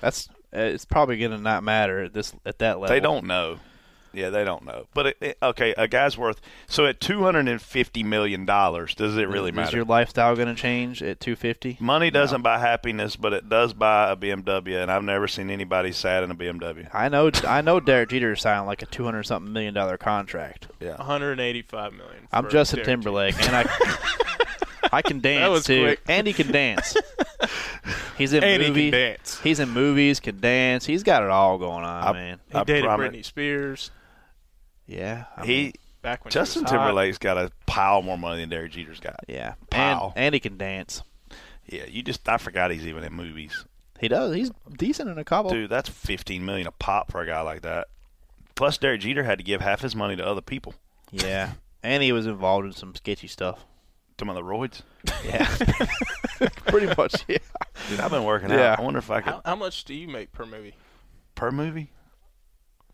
[SPEAKER 7] That's uh, it's probably gonna not matter at this at that level.
[SPEAKER 5] They don't know. Yeah, they don't know. But it, it- okay, a guy's worth. So at two hundred and fifty million dollars, does it really
[SPEAKER 7] is
[SPEAKER 5] matter?
[SPEAKER 7] your lifestyle going to change at 250?
[SPEAKER 5] Money doesn't buy happiness, but it does buy a BMW, and I've never seen anybody sad in a BMW.
[SPEAKER 7] I know, I know. Derek Jeter signed like a 200 something million dollar contract.
[SPEAKER 6] One hundred and eighty-five million.
[SPEAKER 7] I'm
[SPEAKER 6] for
[SPEAKER 7] Justin
[SPEAKER 6] Derek
[SPEAKER 7] Timberlake, and
[SPEAKER 6] [LAUGHS]
[SPEAKER 7] I, I can dance
[SPEAKER 6] was
[SPEAKER 7] too,
[SPEAKER 6] quick.
[SPEAKER 7] and he can
[SPEAKER 6] [LAUGHS]
[SPEAKER 7] dance. He's in
[SPEAKER 6] And he can
[SPEAKER 7] movies.
[SPEAKER 6] dance.
[SPEAKER 7] He's in movies. Can dance. He's got it all going on, man.
[SPEAKER 6] Jeter. He
[SPEAKER 5] I
[SPEAKER 6] dated
[SPEAKER 5] promise-
[SPEAKER 6] Britney Spears.
[SPEAKER 7] Yeah. I mean,
[SPEAKER 5] He
[SPEAKER 6] back when he
[SPEAKER 5] Justin
[SPEAKER 6] was
[SPEAKER 5] Timberlake's got a pile more money than Derek Jeter's got.
[SPEAKER 7] Yeah.
[SPEAKER 5] Pow.
[SPEAKER 7] And and he can dance.
[SPEAKER 5] Yeah, you just I forgot he's even in movies.
[SPEAKER 7] He does. He's decent in a couple.
[SPEAKER 5] Dude, that's fifteen million a pop for a guy like that. Plus Derek Jeter had to give half his money to other people.
[SPEAKER 7] Yeah. And he was involved in some sketchy stuff.
[SPEAKER 5] To my roids.
[SPEAKER 7] Pretty
[SPEAKER 5] [LAUGHS]
[SPEAKER 7] much, yeah.
[SPEAKER 5] Dude, I've been working
[SPEAKER 7] Yeah.
[SPEAKER 5] out. I wonder if I could
[SPEAKER 6] How, how much do you make per movie?
[SPEAKER 5] per movie?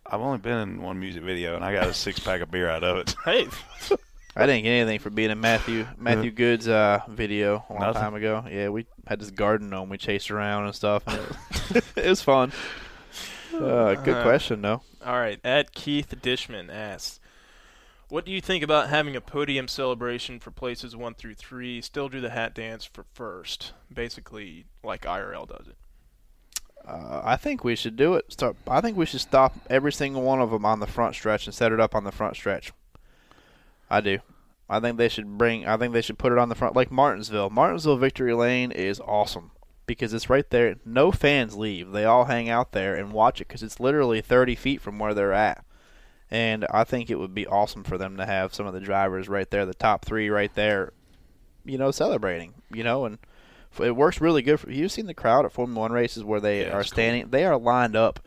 [SPEAKER 5] I've only been in one music video and I got a six pack of beer out of it. [LAUGHS]
[SPEAKER 7] [LAUGHS]
[SPEAKER 6] Hey,
[SPEAKER 7] I didn't get anything for being in Matthew Matthew Good's uh, video a long
[SPEAKER 5] Nothing.
[SPEAKER 7] time ago. Yeah, we had this garden gnome we chased around and stuff. And it, [LAUGHS] was, it was fun. Uh, good question though.
[SPEAKER 6] all right. At Keith Dishman asks, "What do you think about having a podium celebration for places one through three? Still do the hat dance for first, basically like IRL does it."
[SPEAKER 7] Uh, I think we should do it. Start. I think we should stop every single one of them on the front stretch and set it up on the front stretch. I do. I think they should bring. I think they should put it on the front, like Martinsville. Martinsville Victory Lane is awesome because it's right there. No fans leave. They all hang out there and watch it because it's literally 30 feet from where they're at. And I think it would be awesome for them to have some of the drivers right there, the top three right there, you know, celebrating. You know, and f- it works really good. For, you've seen the crowd at Formula One races where they
[SPEAKER 5] Yeah,
[SPEAKER 7] are
[SPEAKER 5] it's cool.
[SPEAKER 7] standing. They are lined up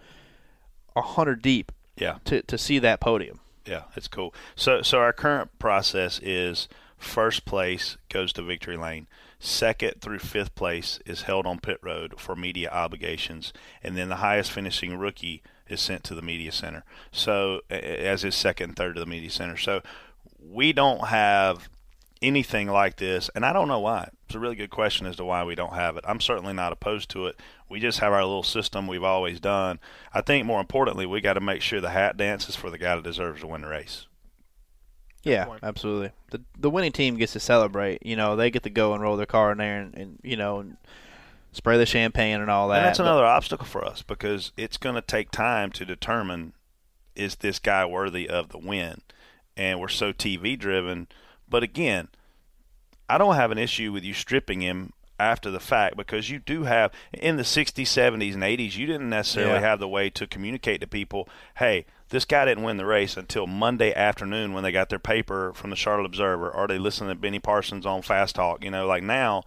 [SPEAKER 7] a hundred deep
[SPEAKER 5] Yeah.
[SPEAKER 7] to to see that podium.
[SPEAKER 5] Yeah, it's cool. So so our current process is first place goes to victory lane. Second through fifth place is held on pit road for media obligations, and then the highest finishing rookie is sent to the media center. So a- a- as is second and third to the media center. So we don't have anything like this, and I don't know why. It's a really good question as to why we don't have it. I'm certainly not opposed to it. We just have our little system we've always done. I think more importantly, we got to make sure the hat dance is for the guy that deserves to win the race.
[SPEAKER 7] yeah,
[SPEAKER 6] point.
[SPEAKER 7] absolutely. The the winning team gets to celebrate. You know, they get to go and roll their car in there and, and you know and spray the champagne and all that.
[SPEAKER 5] and that's
[SPEAKER 7] but-
[SPEAKER 5] another obstacle for us because it's going to take time to determine is this guy worthy of the win, and we're so TV driven. But again, I don't have an issue with you stripping him after the fact because you do have in the 60s, 70s, and 80s, you didn't necessarily
[SPEAKER 7] Yeah.
[SPEAKER 5] have the way to communicate to people, hey, this guy didn't win the race until Monday afternoon when they got their paper from the Charlotte Observer or they listened to Benny Parsons on Fast Talk. You know, like now,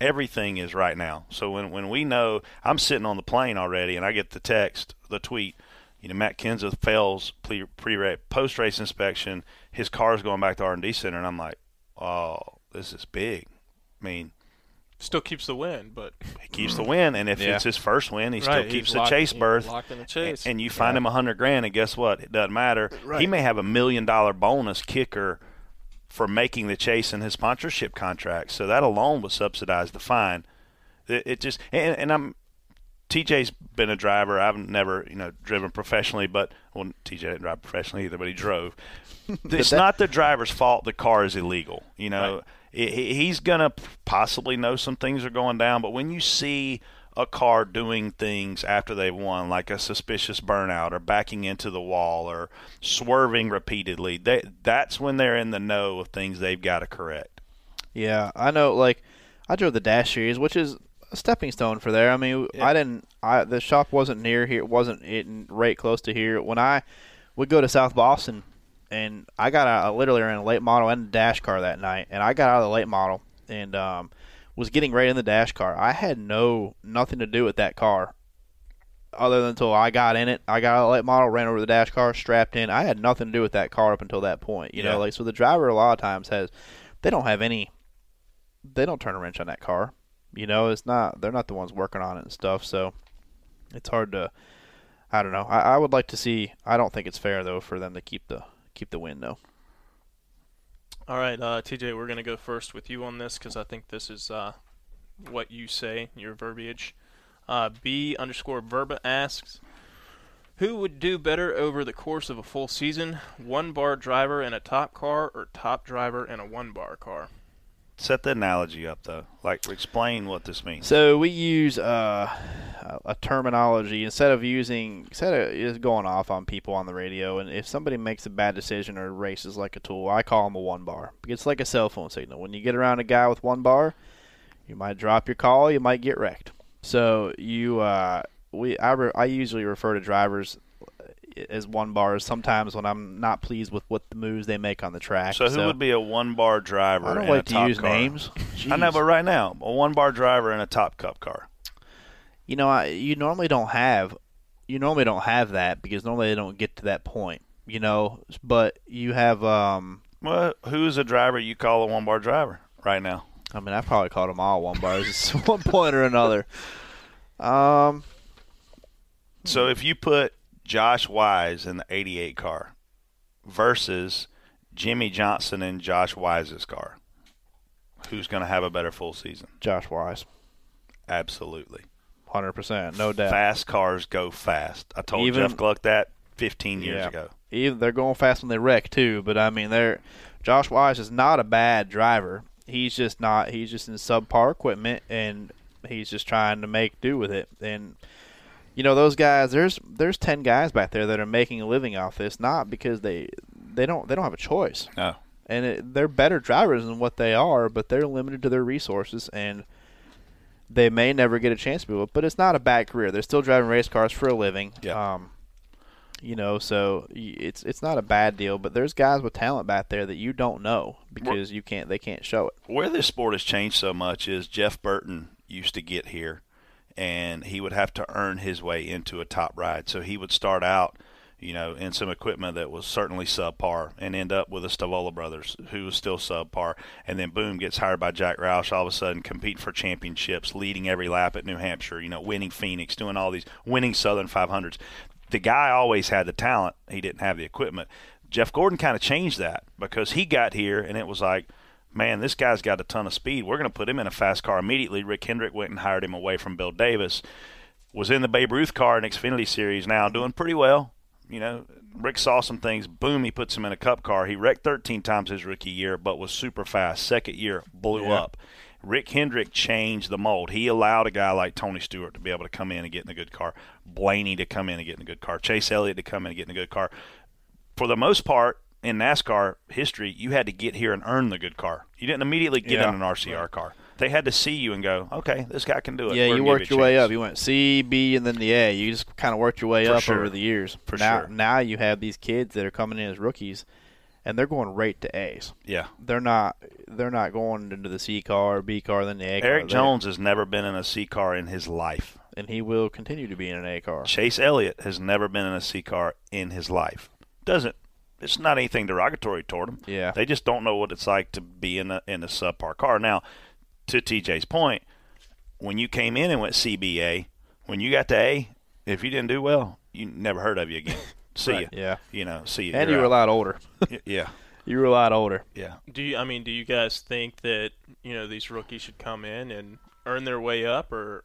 [SPEAKER 5] everything is right now. So when, when we know, I'm sitting on the plane already and I get the text, the tweet, you know, Matt Kenseth fails pre post race inspection. His car's going back to R and D center, and I'm like, oh, this is big. I mean,
[SPEAKER 6] Still keeps the win, but
[SPEAKER 5] he keeps the win, and if
[SPEAKER 7] Yeah.
[SPEAKER 5] it's his first win, he still
[SPEAKER 6] Right,
[SPEAKER 5] keeps
[SPEAKER 6] he's
[SPEAKER 5] the
[SPEAKER 6] locked-
[SPEAKER 5] chase
[SPEAKER 6] he's
[SPEAKER 5] berth.
[SPEAKER 6] locked in the chase.
[SPEAKER 5] And you find him a hundred grand, and guess what? It doesn't matter. He may have a million dollar bonus kicker for making the chase in his sponsorship contract. So that alone would subsidize the fine. It, it just and, and I'm TJ's been a driver. I've never, you know, driven professionally, but well, TJ didn't drive professionally either, but he drove. it's not the driver's fault. The car is illegal. You know, He- he- he's gonna possibly know some things are going down, but when you see a car doing things after they've won, like a suspicious burnout or backing into the wall or swerving repeatedly, they, that's when they're in the know of things they've got to correct.
[SPEAKER 7] Yeah, I know. Like, I drove the Dash series, which is a stepping stone for there. I mean, I didn't. I the shop wasn't near here. It wasn't in, right close to here. When I would go to South Boston, and I got out, I literally ran a late model and a dash car that night, and I got out of the late model and um, was getting right in the dash car. I had no nothing to do with that car. Other than until I got in it, I got out of the late model, ran over the dash car, strapped in. I had nothing to do with that car up until that point. You
[SPEAKER 5] Yeah.
[SPEAKER 7] know, like so the driver a lot of times has, they don't have any they don't turn a wrench on that car. You know, it's not they're not the ones working on it and stuff, so it's hard to I don't know. I, I would like to see I don't think it's fair though for them to keep the keep the win though.
[SPEAKER 6] all right, uh, TJ, we're gonna go first with you on this because I think this is uh, what you say, your verbiage. Uh, B underscore verba asks, who would do better over the course of a full season, one bar driver in a top car or top driver in a one bar car?
[SPEAKER 5] Set the analogy up though, like explain what this means.
[SPEAKER 7] So we use uh, a terminology instead of using instead of just going off on people on the radio. And if somebody makes a bad decision or races like a tool, I call them a one bar. It's like a cell phone signal. When you get around a guy with one bar, you might drop your call. You might get wrecked. So you uh, we I, re- I usually refer to drivers as one bars sometimes when I'm not pleased with what the moves they make on the track.
[SPEAKER 5] So who would be a one bar driver?
[SPEAKER 7] I don't
[SPEAKER 5] in a
[SPEAKER 7] like to
[SPEAKER 5] Top
[SPEAKER 7] use
[SPEAKER 5] car?
[SPEAKER 7] names.
[SPEAKER 5] I know,
[SPEAKER 7] Jeez.
[SPEAKER 5] but right now, a one bar driver in a Top Cup car.
[SPEAKER 7] you know, I, you normally don't have you normally don't have that because normally they don't get to that point. You know, but you have. um
[SPEAKER 5] Well, who's a driver you call a one bar driver right now?
[SPEAKER 7] I mean, I probably called them all one bars at [LAUGHS] one point or another. Um, Hmm.
[SPEAKER 5] So if you put Josh Wise in the 88 car versus Jimmy Johnson in Josh Wise's car, who's going to have a better full season?
[SPEAKER 7] Josh Wise,
[SPEAKER 5] Absolutely.
[SPEAKER 7] hundred percent, no doubt.
[SPEAKER 5] Fast cars go fast. I told
[SPEAKER 7] Even-
[SPEAKER 5] Jeff Gluck that 15 years ago.
[SPEAKER 7] Even they're going fast when they wreck too, but I mean they're Josh Wise is not a bad driver. He's just not he's just in subpar equipment and he's just trying to make do with it. And you know, those guys there's there's ten guys back there that are making a living off this, not because they they don't they don't have a choice.
[SPEAKER 5] No.
[SPEAKER 7] And it, they're better drivers than what they are, but they're limited to their resources and they may never get a chance to do it, but it's not a bad career. They're still driving race cars for a living.
[SPEAKER 5] Yeah.
[SPEAKER 7] Um, you know, so y- it's it's not a bad deal, but there's guys with talent back there that you don't know because you can't they can't show it.
[SPEAKER 5] where this sport has changed so much is Jeff Burton used to get here and he would have to earn his way into a top ride. So he would start out, you know, in some equipment that was certainly subpar and end up with the Stavola brothers who was still subpar and then boom gets hired by Jack Roush all of a sudden compete for championships, leading every lap at New Hampshire, you know, winning Phoenix, doing all these winning Southern 500s. The guy always had the talent, he didn't have the equipment. Jeff Gordon kind of changed that because he got here and it was like man, this guy's got a ton of speed. We're going to put him in a fast car immediately. Rick Hendrick went and hired him away from Bill Davis. Was in the Babe Ruth car in Xfinity Series now, doing pretty well. You know, Rick saw some things. Boom, he puts him in a cup car. He wrecked 13 times his rookie year, but was super fast. Second year, blew up. Rick Hendrick changed the mold. He allowed a guy like Tony Stewart to be able to come in and get in a good car, Blaney to come in and get in a good car, Chase Elliott to come in and get in a good car for the most part in NASCAR history, you had to get here and earn the good car. You didn't immediately get
[SPEAKER 7] Yeah.
[SPEAKER 5] in an RCR car. They had to see you and go, okay, this guy can do it. We're
[SPEAKER 7] yeah, you
[SPEAKER 5] gonna give
[SPEAKER 7] worked
[SPEAKER 5] you
[SPEAKER 7] your
[SPEAKER 5] a
[SPEAKER 7] way
[SPEAKER 5] chance."
[SPEAKER 7] up. You went C, B, and then the A. You just kind of worked your way
[SPEAKER 5] For
[SPEAKER 7] up
[SPEAKER 5] sure.
[SPEAKER 7] over the years.
[SPEAKER 5] For
[SPEAKER 7] now,
[SPEAKER 5] sure.
[SPEAKER 7] now you have these kids that are coming in as rookies, and they're going right to A's.
[SPEAKER 5] Yeah.
[SPEAKER 7] They're not they're not going into the C car, B car, then the A car.
[SPEAKER 5] Eric
[SPEAKER 7] They-
[SPEAKER 5] Jones has never been in a C car in his life.
[SPEAKER 7] and he will continue to be in an A car.
[SPEAKER 5] Chase Elliott has never been in a C car in his life. Doesn't. It's not anything derogatory toward him.
[SPEAKER 7] Yeah.
[SPEAKER 5] They just don't know what it's like to be in a in a subpar car. Now, to TJ's point, when you came in and went CBA, when you got to A, if you didn't do well, you never heard of you
[SPEAKER 7] [LAUGHS]
[SPEAKER 5] again. See
[SPEAKER 7] Right,
[SPEAKER 5] you.
[SPEAKER 7] yeah.
[SPEAKER 5] You know. See you.
[SPEAKER 7] And
[SPEAKER 5] You're
[SPEAKER 7] you were a
[SPEAKER 5] out.
[SPEAKER 7] lot older.
[SPEAKER 5] Y- [LAUGHS] Yeah.
[SPEAKER 7] you were a lot older.
[SPEAKER 5] Yeah.
[SPEAKER 6] Do you? I mean, do you guys think that you know these rookies should come in and earn their way up, or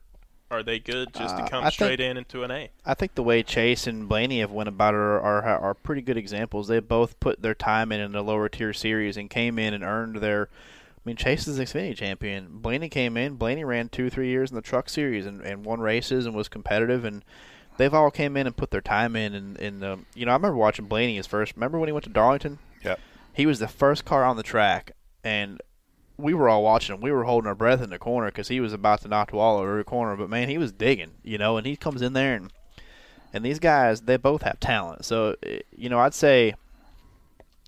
[SPEAKER 6] are they good just
[SPEAKER 7] Uh,
[SPEAKER 6] to come
[SPEAKER 7] I think-
[SPEAKER 6] straight in into an A?
[SPEAKER 7] I think the way Chase and Blaney have went about it are, are are pretty good examples. They both put their time in in the lower tier series and came in and earned their. I mean, Chase is an Xfinity champion. Blaney came in. Blaney ran two, three years in the truck series and, and won races and was competitive. And they've all came in and put their time in. And, and um, you know, I remember watching Blaney his first. Remember when he went to Darlington?
[SPEAKER 5] Yep.
[SPEAKER 7] He was the first car on the track, and we were all watching him. We were holding our breath in the corner because he was about to knock the wall over every corner. But man, he was digging, you know. And he comes in there, and and these guys, they both have talent. So eh, you know, I'd say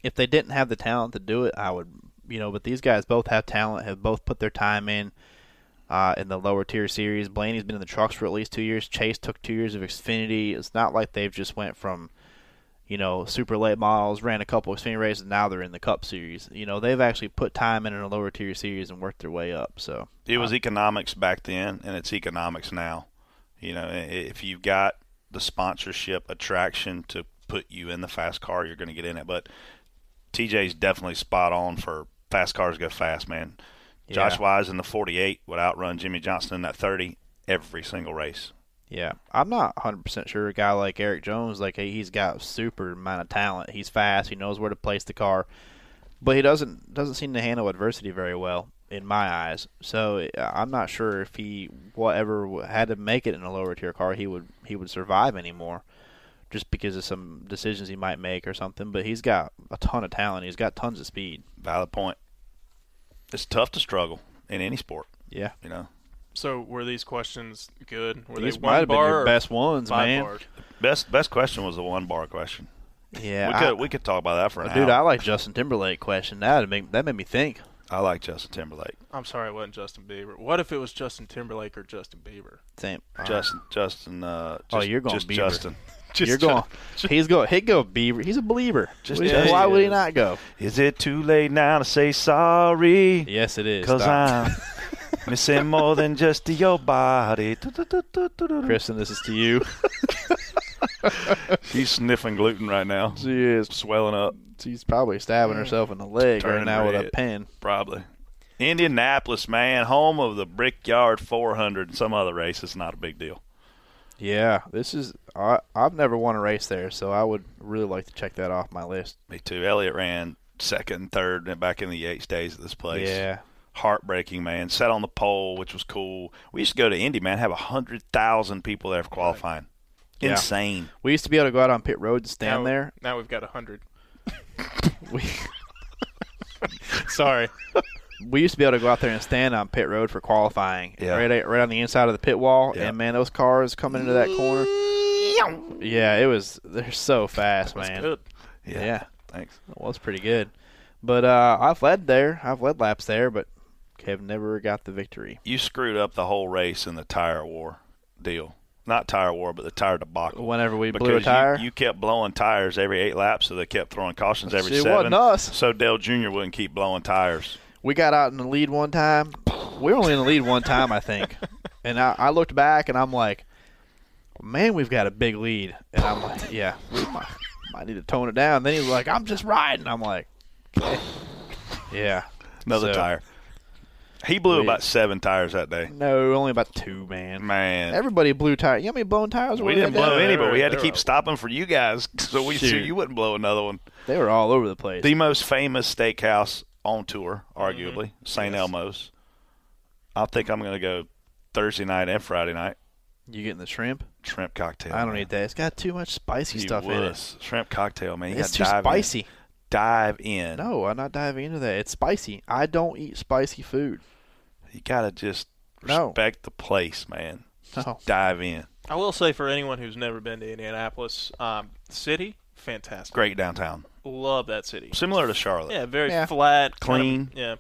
[SPEAKER 7] if they didn't have the talent to do it, I would, you know. But these guys both have talent, have both put their time in. Uh, in the lower tier series, Blaney's been in the trucks for at least two years. Chase took two years of Xfinity. It's not like they've just went from you know, super late models, ran a couple of Xfinity races, now they're in the Cup Series. You know, they've actually put time in in a lower tier series and worked their way up. So,
[SPEAKER 5] It was economics back then, and it's economics now. You know, i- if you've got the sponsorship attraction to put you in the fast car, you're going to get in it. But TJ's definitely spot on for fast cars go fast, man. Josh
[SPEAKER 7] Yeah.
[SPEAKER 5] Wise in the 48 would outrun Jimmy Johnson in that 30 every single race.
[SPEAKER 7] yeah, I'm not 100% sure a guy like Eric Jones, like, hey, he's got a super amount of talent. He's fast, he knows where to place the car, but he doesn't doesn't seem to handle adversity very well in my eyes. So, uh, I'm not sure if he whatever w- had to make it in a lower tier car, he would he would survive anymore. Just because of some decisions he might make or something, but he's got a ton of talent. He's got tons of speed.
[SPEAKER 5] Valid point. It's tough to struggle in any sport,
[SPEAKER 7] Yeah.
[SPEAKER 5] you know.
[SPEAKER 6] So were these questions good? Were
[SPEAKER 7] These
[SPEAKER 6] they
[SPEAKER 7] might
[SPEAKER 6] one
[SPEAKER 7] have been
[SPEAKER 6] bar
[SPEAKER 7] your
[SPEAKER 6] or
[SPEAKER 7] best ones,
[SPEAKER 6] five
[SPEAKER 7] man.
[SPEAKER 6] bar?
[SPEAKER 5] Best best question was the one bar question.
[SPEAKER 7] Yeah,
[SPEAKER 5] we
[SPEAKER 7] I-
[SPEAKER 5] could we could talk about that for an
[SPEAKER 7] dude, I
[SPEAKER 5] hour.
[SPEAKER 7] like Justin Timberlake question. That made that made me think.
[SPEAKER 5] I like Justin Timberlake.
[SPEAKER 6] I'm sorry, it wasn't Justin Bieber. What if it was Justin Timberlake or Justin Bieber?
[SPEAKER 7] Sam,
[SPEAKER 5] Justin Justin. Uh, just,
[SPEAKER 7] Oh, you're going
[SPEAKER 5] just
[SPEAKER 7] Bieber.
[SPEAKER 5] Justin.
[SPEAKER 6] Just
[SPEAKER 7] you're going. he's going. He'd go Beaver. He's a believer.
[SPEAKER 5] Just-
[SPEAKER 7] Why-
[SPEAKER 5] yeah,
[SPEAKER 7] why
[SPEAKER 5] he
[SPEAKER 7] would he
[SPEAKER 5] is.
[SPEAKER 7] not go?
[SPEAKER 5] Is it too late now to say sorry?
[SPEAKER 7] Yes, it is.
[SPEAKER 5] Cause
[SPEAKER 7] [LAUGHS]
[SPEAKER 5] I'm missing more than just your body.
[SPEAKER 7] Kristen, this is
[SPEAKER 5] [LAUGHS]
[SPEAKER 7] to you.
[SPEAKER 5] She's sniffing gluten right now.
[SPEAKER 7] she is.
[SPEAKER 5] Swelling up,
[SPEAKER 7] She's probably stabbing herself in the leg right
[SPEAKER 5] Turning
[SPEAKER 7] now with a
[SPEAKER 5] red.
[SPEAKER 7] pen.
[SPEAKER 5] probably. Indianapolis, man, home of the Brickyard 400 and some other race. It's not a big deal.
[SPEAKER 7] Yeah, this is. I, I've never won a race there, so I would really like to check that off my list.
[SPEAKER 5] Me too. Elliott ran second, third, and back in the Yates days at this place.
[SPEAKER 7] Yeah.
[SPEAKER 5] Heartbreaking, man. Sat on the pole, which was cool. We used to go to Indy, man, have 100,000 people there for qualifying.
[SPEAKER 7] Yeah.
[SPEAKER 5] Insane.
[SPEAKER 7] We used to be able to go out on pit road and
[SPEAKER 6] now,
[SPEAKER 7] stand there.
[SPEAKER 6] Now we've got a hundred.
[SPEAKER 7] We
[SPEAKER 5] [LAUGHS]
[SPEAKER 6] Sorry.
[SPEAKER 7] we used to be able to go out there and stand on pit road for qualifying.
[SPEAKER 5] Yeah.
[SPEAKER 7] Right, at- right on the inside of the pit wall,
[SPEAKER 5] Yeah.
[SPEAKER 7] and man, those cars coming into that corner. Yeah, it was. They're so fast, man.
[SPEAKER 6] Good.
[SPEAKER 7] Yeah.
[SPEAKER 5] Thanks.
[SPEAKER 7] it was pretty good. But uh, I've led there. I've led laps there, but have never got the victory.
[SPEAKER 5] You screwed up the whole race in the tire war deal. Not tire war, but the tire debacle.
[SPEAKER 7] Whenever we
[SPEAKER 5] because
[SPEAKER 7] blew a
[SPEAKER 5] you-
[SPEAKER 7] tire,
[SPEAKER 5] You, kept blowing tires every eight laps, so they kept throwing cautions every
[SPEAKER 7] See, it
[SPEAKER 5] 7
[SPEAKER 7] wasn't us.
[SPEAKER 5] So Dale Jr. wouldn't keep blowing tires.
[SPEAKER 7] we got out in the lead one time. We were only in the lead one time,
[SPEAKER 5] [LAUGHS]
[SPEAKER 7] I think. And I, I looked back and I'm like, man, we've got a big lead. And I'm like, yeah, we might, might need to tone it down. Then he was like, I'm just riding. I'm like, okay. yeah.
[SPEAKER 5] Another
[SPEAKER 7] So-
[SPEAKER 5] tire. He blew
[SPEAKER 7] We-
[SPEAKER 5] about seven tires that day.
[SPEAKER 7] No, only about two, man.
[SPEAKER 5] Man.
[SPEAKER 7] Everybody blew tires. You know how many blown tires were
[SPEAKER 5] we
[SPEAKER 7] there
[SPEAKER 5] didn't blow
[SPEAKER 7] that day?
[SPEAKER 5] any, but we had to
[SPEAKER 6] They
[SPEAKER 5] keep
[SPEAKER 6] were-
[SPEAKER 5] stopping for you guys [LAUGHS] so we so
[SPEAKER 7] Shoot.
[SPEAKER 5] you wouldn't blow another one.
[SPEAKER 7] They were all over the place.
[SPEAKER 5] The most famous steakhouse on tour, arguably,
[SPEAKER 7] Mm-hmm.
[SPEAKER 5] St. Elmo's. I think I'm going to go Thursday night and Friday night.
[SPEAKER 7] you getting the shrimp?
[SPEAKER 5] Shrimp cocktail.
[SPEAKER 7] I don't
[SPEAKER 5] man.
[SPEAKER 7] eat that. It's got too much spicy
[SPEAKER 5] You
[SPEAKER 7] stuff in it.
[SPEAKER 5] wuss. Shrimp cocktail, man. You gotta
[SPEAKER 7] It's too
[SPEAKER 5] dive in.
[SPEAKER 7] spicy.
[SPEAKER 5] Dive in.
[SPEAKER 7] No, I'm not diving into that. It's spicy. I don't eat spicy food.
[SPEAKER 5] You got to just
[SPEAKER 7] No.
[SPEAKER 5] respect the place, man. Just
[SPEAKER 7] No.
[SPEAKER 5] dive in.
[SPEAKER 6] I will say for anyone who's never been to Indianapolis, um, city, fantastic.
[SPEAKER 5] Great downtown.
[SPEAKER 6] Love that city.
[SPEAKER 5] Similar to Charlotte.
[SPEAKER 6] Yeah, very
[SPEAKER 7] Yeah.
[SPEAKER 6] flat, kind
[SPEAKER 5] Clean.
[SPEAKER 6] Of, yeah,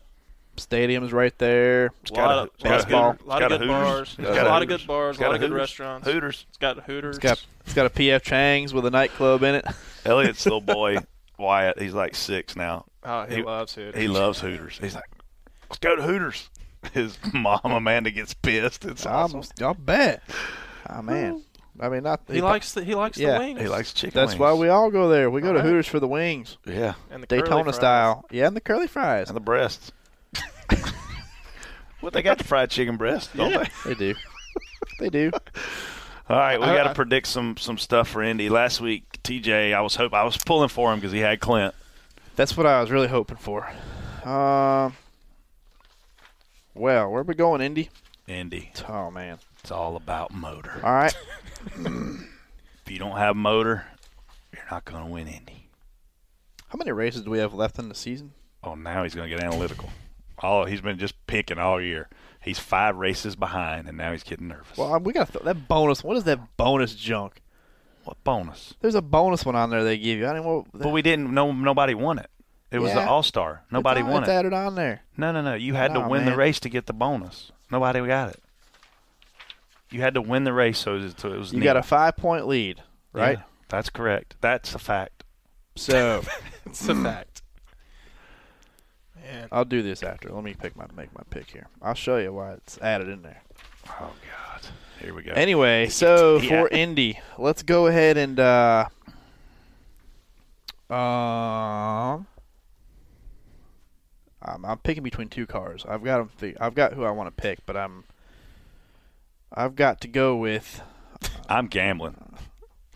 [SPEAKER 7] Stadium's right there.
[SPEAKER 6] a lot of,
[SPEAKER 5] got a-
[SPEAKER 6] lot
[SPEAKER 5] it's
[SPEAKER 6] of
[SPEAKER 5] got a
[SPEAKER 6] good,
[SPEAKER 5] Hooters. It's
[SPEAKER 6] lot of
[SPEAKER 5] got a
[SPEAKER 6] good
[SPEAKER 5] Hooters.
[SPEAKER 6] bars,
[SPEAKER 5] It's
[SPEAKER 6] a
[SPEAKER 5] got a
[SPEAKER 6] lot of
[SPEAKER 5] Hooters.
[SPEAKER 6] good bars,
[SPEAKER 5] It's
[SPEAKER 6] a
[SPEAKER 5] got
[SPEAKER 6] lot
[SPEAKER 5] a
[SPEAKER 6] of good
[SPEAKER 5] Hooters.
[SPEAKER 6] restaurants.
[SPEAKER 5] Hooters.
[SPEAKER 6] It's got Hooters.
[SPEAKER 7] It's got it's got a PF Chang's with a nightclub
[SPEAKER 5] [LAUGHS]
[SPEAKER 7] in it.
[SPEAKER 5] Elliot's little boy, Wyatt, he's like six now.
[SPEAKER 6] oh, he, loves Hooters.
[SPEAKER 5] He loves Hooters. He's like, let's go to Hooters. [LAUGHS] His mom, Amanda, gets pissed. It's awesome.
[SPEAKER 7] Almost, I'll bet. Oh man, I mean not.
[SPEAKER 6] he likes the he likes
[SPEAKER 7] Yeah,
[SPEAKER 6] the wings.
[SPEAKER 5] He likes chicken
[SPEAKER 7] That's
[SPEAKER 5] wings.
[SPEAKER 7] why we all go there. We go to
[SPEAKER 6] Alright.
[SPEAKER 7] Hooters for the wings,
[SPEAKER 5] Yeah.
[SPEAKER 6] and the curly
[SPEAKER 7] Daytona
[SPEAKER 6] fries.
[SPEAKER 7] style. Yeah, and the curly fries. [LAUGHS]
[SPEAKER 5] And the [LAUGHS] breasts. what, they got the fried chicken breast,
[SPEAKER 7] [LAUGHS]
[SPEAKER 5] don't they?
[SPEAKER 7] They do.
[SPEAKER 5] [LAUGHS]
[SPEAKER 7] they do.
[SPEAKER 5] All right, we got to predict some some stuff for Indy. Last week, TJ, I was hope I was pulling for him because he had Clint.
[SPEAKER 7] That's what I was really hoping for. Um. well, where are we going, Indy?
[SPEAKER 5] Indy,
[SPEAKER 7] Oh man.
[SPEAKER 5] it's all about motor.
[SPEAKER 7] All right. [LAUGHS]
[SPEAKER 5] If you don't have motor, you're not going to win Indy.
[SPEAKER 7] How many races do we have left in the season?
[SPEAKER 5] Oh, now he's going to get analytical. Oh, he's been just picking all year. He's five races behind, and now he's getting nervous.
[SPEAKER 7] Well, um, we got that bonus. What is that bonus junk?
[SPEAKER 5] what bonus?
[SPEAKER 7] There's a bonus one on there they give you. I don't know. What,
[SPEAKER 5] But we didn't. No, nobody won it. It was the
[SPEAKER 7] Yeah.
[SPEAKER 5] All Star. Nobody
[SPEAKER 7] it's on-
[SPEAKER 5] won
[SPEAKER 7] it's
[SPEAKER 5] it.
[SPEAKER 7] added on there.
[SPEAKER 5] No, no, no. You had to
[SPEAKER 7] Nah,
[SPEAKER 5] win the
[SPEAKER 7] man.
[SPEAKER 5] race to get the bonus. Nobody got it. You had to win the race, so it was. So it was
[SPEAKER 7] You
[SPEAKER 5] nil.
[SPEAKER 7] got a five point lead, right?
[SPEAKER 5] Yeah, that's correct. That's a fact. [LAUGHS]
[SPEAKER 7] So
[SPEAKER 6] It's
[SPEAKER 5] Mm.
[SPEAKER 6] a fact. [LAUGHS]
[SPEAKER 7] I'll do this after. Let me pick my make my pick here. I'll show you why it's added in there.
[SPEAKER 5] Oh God. Here we go.
[SPEAKER 7] [LAUGHS] Anyway, so
[SPEAKER 5] Yeah.
[SPEAKER 7] for Indy, let's go ahead and uh, um, I'm, I'm picking between two cars. I've got 'em fi- I've got who I want to pick, but I'm I've got to go with
[SPEAKER 5] I'm gambling.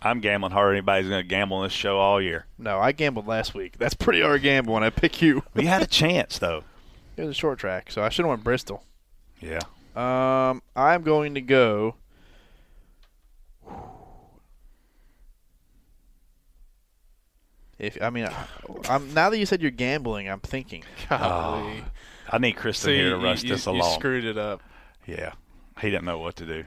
[SPEAKER 5] I'm gambling harder than anybody's going to gamble on this show all year.
[SPEAKER 7] no. I gambled last week. That's pretty hard gamble when I pick you.
[SPEAKER 5] We had a [LAUGHS] chance though.
[SPEAKER 7] It was a short track, so I should have went Bristol.
[SPEAKER 5] Yeah.
[SPEAKER 7] Um, I'm going to go. If I mean, I, am now that you said you're gambling, I'm thinking.
[SPEAKER 6] Golly.
[SPEAKER 5] I need Kristen
[SPEAKER 6] See,
[SPEAKER 5] Oh, here to
[SPEAKER 6] you,
[SPEAKER 5] rush
[SPEAKER 6] you,
[SPEAKER 5] this
[SPEAKER 6] you
[SPEAKER 5] along.
[SPEAKER 6] screwed it up.
[SPEAKER 5] yeah. He didn't know what to do.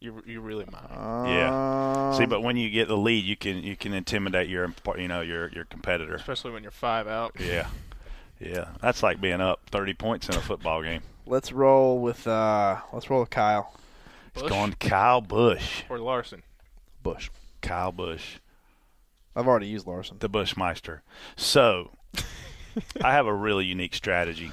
[SPEAKER 6] You you really might.
[SPEAKER 5] Uh,
[SPEAKER 6] Uh,
[SPEAKER 5] Yeah. See, but when you get the lead, you can you can intimidate your imp- you know your your competitor.
[SPEAKER 6] Especially when you're five out.
[SPEAKER 5] Yeah. Yeah. That's like being up 30 points in a football game.
[SPEAKER 7] Let's roll with uh let's roll with Kyle.
[SPEAKER 5] It's
[SPEAKER 6] Bush
[SPEAKER 5] going Kyle Bush.
[SPEAKER 6] or Larson.
[SPEAKER 7] Bush.
[SPEAKER 5] Kyle Bush,
[SPEAKER 7] I've already used Larson.
[SPEAKER 5] the Bushmeister.
[SPEAKER 6] [LAUGHS]
[SPEAKER 5] So, I have a really unique strategy.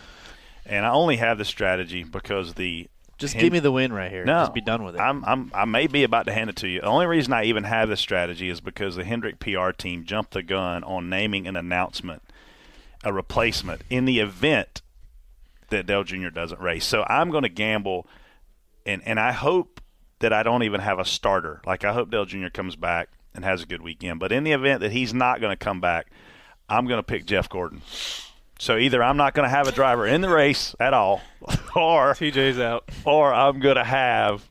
[SPEAKER 5] And I only have the strategy because the
[SPEAKER 7] Just
[SPEAKER 5] Him-
[SPEAKER 7] give me the win right here.
[SPEAKER 5] No,
[SPEAKER 7] Just be done with it.
[SPEAKER 5] I'm, I'm, I may be about to hand it to you. The only reason I even have this strategy is because the Hendrick PR team jumped the gun on naming an announcement, a replacement in the event that Dell Jr. doesn't race. So I'm going to gamble, and and I hope that I don't even have a starter. Like I hope Dell Jr. comes back and has a good weekend. But in the event that he's not going to come back, I'm going to pick Jeff Gordon. So either I'm not going to have a driver in the race at all, [LAUGHS] or
[SPEAKER 6] TJ's out.
[SPEAKER 5] or I'm going to have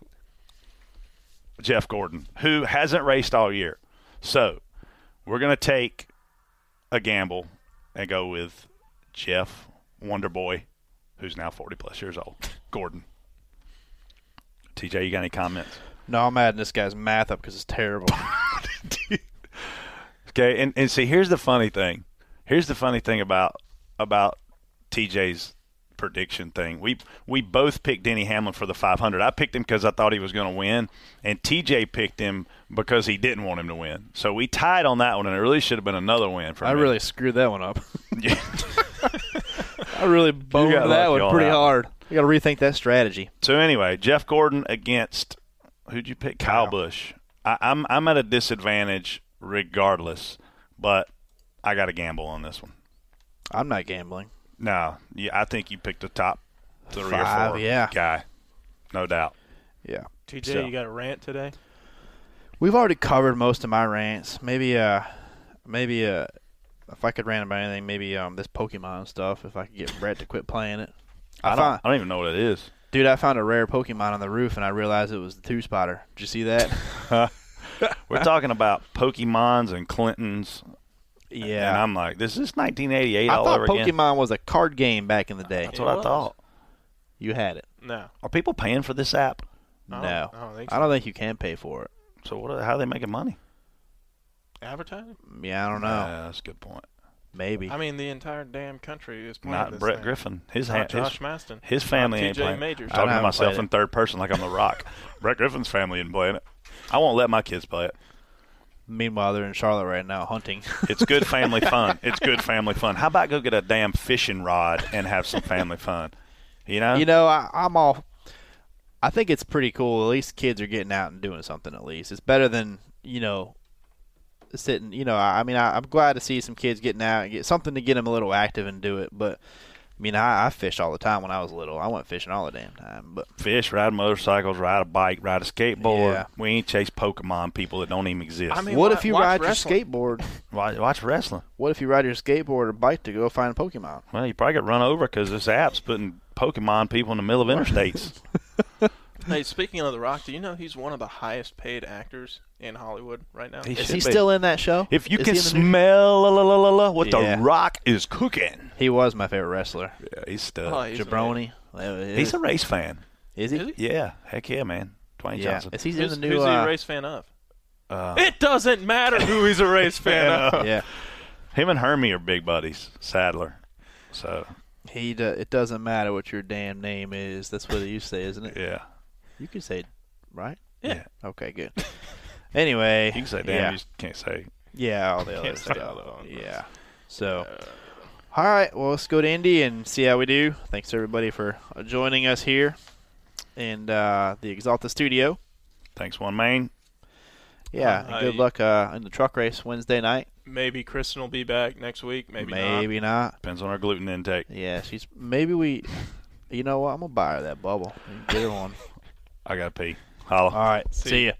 [SPEAKER 5] Jeff Gordon, who hasn't raced all year. So we're going to take a gamble and go with Jeff Wonderboy, who's now 40 plus years old, Gordon. TJ, you got any comments?
[SPEAKER 7] no, I'm adding this guy's math up because it's
[SPEAKER 5] [LAUGHS]
[SPEAKER 7] terrible.
[SPEAKER 5] Okay, and, and see, here's the funny thing. Here's the funny thing about about TJ's prediction thing. We we both picked Denny Hamlin for the 500. I picked him because I thought he was going to win, and TJ picked him because he didn't want him to win. So we tied on that one, and it really should have been another win for
[SPEAKER 7] I
[SPEAKER 5] me.
[SPEAKER 7] really screwed that one up.
[SPEAKER 5] Yeah.
[SPEAKER 7] [LAUGHS] I really boned
[SPEAKER 5] got
[SPEAKER 7] that
[SPEAKER 5] lucky
[SPEAKER 7] one
[SPEAKER 5] on
[SPEAKER 7] pretty
[SPEAKER 5] that one.
[SPEAKER 7] hard. You got to rethink that strategy.
[SPEAKER 5] So anyway, Jeff Gordon against who'd you pick? Kyle, Bush. I, I'm I'm at a disadvantage regardless, but I got to gamble on this one.
[SPEAKER 7] I'm not gambling.
[SPEAKER 5] No, yeah, I think you picked the top three
[SPEAKER 7] Five,
[SPEAKER 5] or four
[SPEAKER 7] yeah.
[SPEAKER 5] guy, no doubt.
[SPEAKER 7] Yeah.
[SPEAKER 6] TJ,
[SPEAKER 5] So.
[SPEAKER 6] you got a rant today?
[SPEAKER 7] We've already covered most of my rants. Maybe uh maybe uh if I could rant about anything, maybe um this Pokemon stuff, if I could get Brett to quit playing it.
[SPEAKER 5] I,
[SPEAKER 7] I,
[SPEAKER 5] don't,
[SPEAKER 7] found,
[SPEAKER 5] I don't even know what it is. [LAUGHS]
[SPEAKER 7] dude, I found a rare Pokemon on the roof and I realized it was the two spotter. Did you
[SPEAKER 5] [LAUGHS]
[SPEAKER 7] see that? [LAUGHS]
[SPEAKER 5] We're talking about Pokemons and Clintons,
[SPEAKER 7] yeah.
[SPEAKER 5] and I'm like, this is 1988
[SPEAKER 7] I
[SPEAKER 5] all
[SPEAKER 7] thought
[SPEAKER 5] over
[SPEAKER 7] Pokemon
[SPEAKER 5] again.
[SPEAKER 7] was a card game back in the day.
[SPEAKER 5] That's what I thought.
[SPEAKER 7] You had it.
[SPEAKER 6] No.
[SPEAKER 5] Are people paying for this app?
[SPEAKER 7] No,
[SPEAKER 6] don't- I don't think
[SPEAKER 7] I don't think you can pay for it.
[SPEAKER 5] So what? Are, how are they making money?
[SPEAKER 6] Advertising?
[SPEAKER 7] Yeah, I don't know.
[SPEAKER 5] Yeah, that's a good point.
[SPEAKER 7] Maybe.
[SPEAKER 6] I mean, the entire damn country is playing
[SPEAKER 5] Not
[SPEAKER 6] this
[SPEAKER 5] Brett
[SPEAKER 6] thing.
[SPEAKER 5] Griffin. His
[SPEAKER 6] Not
[SPEAKER 5] hand.
[SPEAKER 6] Josh
[SPEAKER 5] his,
[SPEAKER 6] Maston.
[SPEAKER 5] His family
[SPEAKER 6] Not
[SPEAKER 5] ain't
[SPEAKER 6] TJ
[SPEAKER 5] playing.
[SPEAKER 6] Majors.
[SPEAKER 5] I'm talking
[SPEAKER 7] I
[SPEAKER 5] to
[SPEAKER 7] haven't
[SPEAKER 5] myself
[SPEAKER 7] played
[SPEAKER 5] in
[SPEAKER 7] it.
[SPEAKER 5] third person like I'm the Rock. Brett Griffin's family isn't playing it. I won't let my kids play it.
[SPEAKER 7] Meanwhile, they're in Charlotte right now hunting. [LAUGHS]
[SPEAKER 5] It's good family fun. It's good family fun. How about go get a damn fishing rod and have some family fun? You know?
[SPEAKER 7] you know, I, I'm all. I think it's pretty cool. At least kids are getting out and doing something. At least it's better than you know, sitting. You know, I, I mean, I, I'm glad to see some kids getting out and get something to get them a little active and do it. But I mean, I, I fished all the time when I was little. I went fishing all the damn time. But
[SPEAKER 5] Fish, ride motorcycles, ride a bike, ride a skateboard.
[SPEAKER 7] Yeah.
[SPEAKER 5] We ain't chase Pokemon people that don't even exist.
[SPEAKER 6] I mean,
[SPEAKER 7] what
[SPEAKER 6] wa-
[SPEAKER 7] if you
[SPEAKER 6] watch
[SPEAKER 7] ride
[SPEAKER 6] wrestling.
[SPEAKER 7] your skateboard?
[SPEAKER 5] watch, watch wrestling.
[SPEAKER 7] What if you ride your skatboard or bike to go find a Pokemon?
[SPEAKER 5] Well, you probably get run over because this app's putting Pokemon people in the middle of
[SPEAKER 7] [LAUGHS]
[SPEAKER 5] interstates.
[SPEAKER 6] Hey, speaking of The Rock, do you know he's one of the highest paid actors in Hollywood right now?
[SPEAKER 5] He
[SPEAKER 7] Is
[SPEAKER 5] should
[SPEAKER 7] he
[SPEAKER 5] be.
[SPEAKER 7] still in that show?
[SPEAKER 5] If you
[SPEAKER 7] Is
[SPEAKER 5] can
[SPEAKER 7] he in the new-
[SPEAKER 5] smell la, la, la, la, la, what
[SPEAKER 7] Yeah.
[SPEAKER 5] the Rock is cooking,
[SPEAKER 7] he was my favorite wrestler,
[SPEAKER 5] yeah, he's
[SPEAKER 6] Oh,
[SPEAKER 5] stuck.
[SPEAKER 6] he's
[SPEAKER 7] Jabroni.
[SPEAKER 5] He's a race fan.
[SPEAKER 7] is he?
[SPEAKER 6] Is he?
[SPEAKER 5] Yeah, heck yeah, man. Dwayne
[SPEAKER 7] Yeah,
[SPEAKER 5] Johnson.
[SPEAKER 7] is he in
[SPEAKER 6] Who's,
[SPEAKER 7] the new?
[SPEAKER 6] who's he
[SPEAKER 7] uh,
[SPEAKER 6] a race fan of? it doesn't matter who he's a race
[SPEAKER 5] [LAUGHS]
[SPEAKER 6] fan
[SPEAKER 5] Fan
[SPEAKER 6] of.
[SPEAKER 5] of.
[SPEAKER 7] yeah,
[SPEAKER 5] Him and Hermie are big buddies. Sadler. So
[SPEAKER 7] He do, it doesn't matter what your damn name is. That's what you say, isn't
[SPEAKER 5] [LAUGHS]
[SPEAKER 7] it?
[SPEAKER 5] yeah,
[SPEAKER 7] You can say, right?
[SPEAKER 5] yeah.
[SPEAKER 7] Okay, good. Anyway,
[SPEAKER 5] You can say damn.
[SPEAKER 7] yeah,
[SPEAKER 5] You just can't say
[SPEAKER 7] yeah, all the other
[SPEAKER 6] say
[SPEAKER 7] stuff.
[SPEAKER 6] all the other
[SPEAKER 7] Yeah. So, all right. Well, let's go to Indy and see how we do. Thanks everybody for uh, joining us here in uh, the Exalta Studio.
[SPEAKER 5] thanks one main.
[SPEAKER 7] Yeah.
[SPEAKER 6] Uh,
[SPEAKER 7] and good
[SPEAKER 6] I-
[SPEAKER 7] luck uh, in the truck race Wednesday night.
[SPEAKER 6] Maybe Kristen will be back next week. Maybe, not.
[SPEAKER 7] maybe not.
[SPEAKER 5] Depends on our gluten intake.
[SPEAKER 7] Yeah, she's maybe we. You know what? I'm gonna buy her that bubble. Get her one.
[SPEAKER 5] I gotta pee. Holla.
[SPEAKER 7] All right. See ya.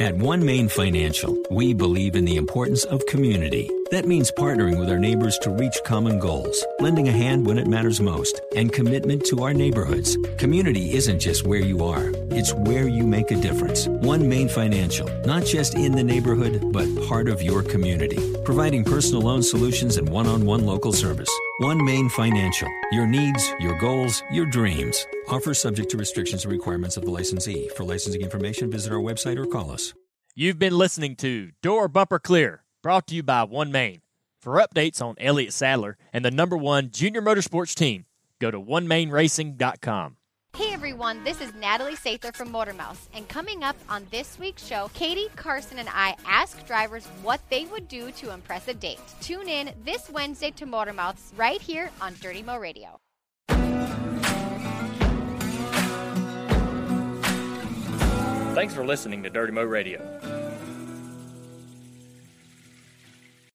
[SPEAKER 9] At One Main Financial, we believe in the importance of community. That means partnering with our neighbors to reach common goals, lending a hand when it matters most, and commitment to our neighborhoods. Community isn't just where you are, it's where you make a difference. One Main Financial, not just in the neighborhood, but part of your community. Providing personal loan solutions and one on one local service. One Main Financial, your needs, your goals, your dreams. Offer subject to restrictions and requirements of the licensee. For licensing information, visit our website or call us.
[SPEAKER 10] You've been listening to Door Bumper Clear, brought to you by One Main. For updates on Elliott Sadler and the number one junior motorsports team, go to onemainracing.com.
[SPEAKER 8] Hey everyone, this is Natalie Sather from Motormouse, and coming up on this week's show, Katie Carson and I ask drivers what they would do to impress a date. Tune in this Wednesday to Motormouths right here on Dirty Mo Radio.
[SPEAKER 2] Thanks for listening to Dirty Mo Radio.